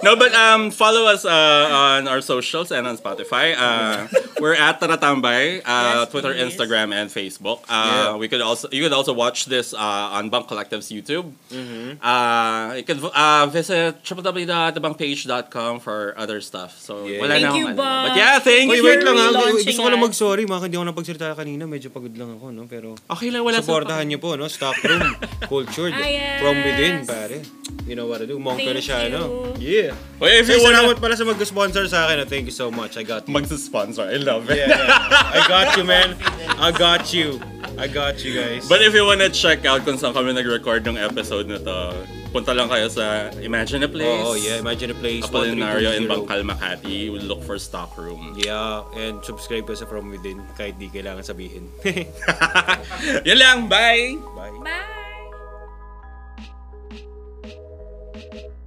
S1: no, but um, follow us uh, on our socials and on Spotify. Uh, we're at taratambay, uh,
S2: Yes,
S1: Twitter,
S2: please.
S1: Instagram, and Facebook. Uh,
S3: Yeah.
S1: We could also you could also watch this uh, on Bunk Collective's YouTube.
S3: Mm-hmm.
S1: Uh, you can uh, visit www.thebunkpage.com for other stuff. So
S3: Yeah.
S1: wala
S2: Thank
S1: na
S2: you,
S1: akong ano.
S2: Bunk.
S1: But yeah, thank
S3: Uy,
S1: you.
S3: wait lang ha.
S2: relaunching
S3: Gusto ko lang
S2: us.
S3: mag-sorry. Maka hindi ako napagsalita kanina. Medyo pagod lang ako, no? Pero
S1: Okay lang, wala sa-
S3: Supportahan niyo po, no? Stock room, cultured,
S2: Ah, yes.
S3: from within, pare. You know what to do. Monk na
S2: Thank
S3: siya,
S2: you.
S3: no? Yeah.
S1: Uy, if
S3: Say
S1: you wanna
S3: salamat pala sa mag-sponsor sa akin. ah. Thank you so much. I got you.
S1: magsa-sponsor, I love it.
S3: Yeah, yeah. I got you, man. I got you. I got you, guys.
S1: But if you wanna check out kung saan kami nag-record ng episode na to, punta lang kayo sa Imagine a Place.
S3: oh, oh, yeah. Imagine a place.
S1: Apolinario in
S3: 1320.
S1: Bangkal, Makati. We'll look for stock room.
S3: Yeah, and subscribe ka sa From Within kahit di kailangan sabihin.
S1: Yun lang, bye!
S3: Bye.
S2: Bye!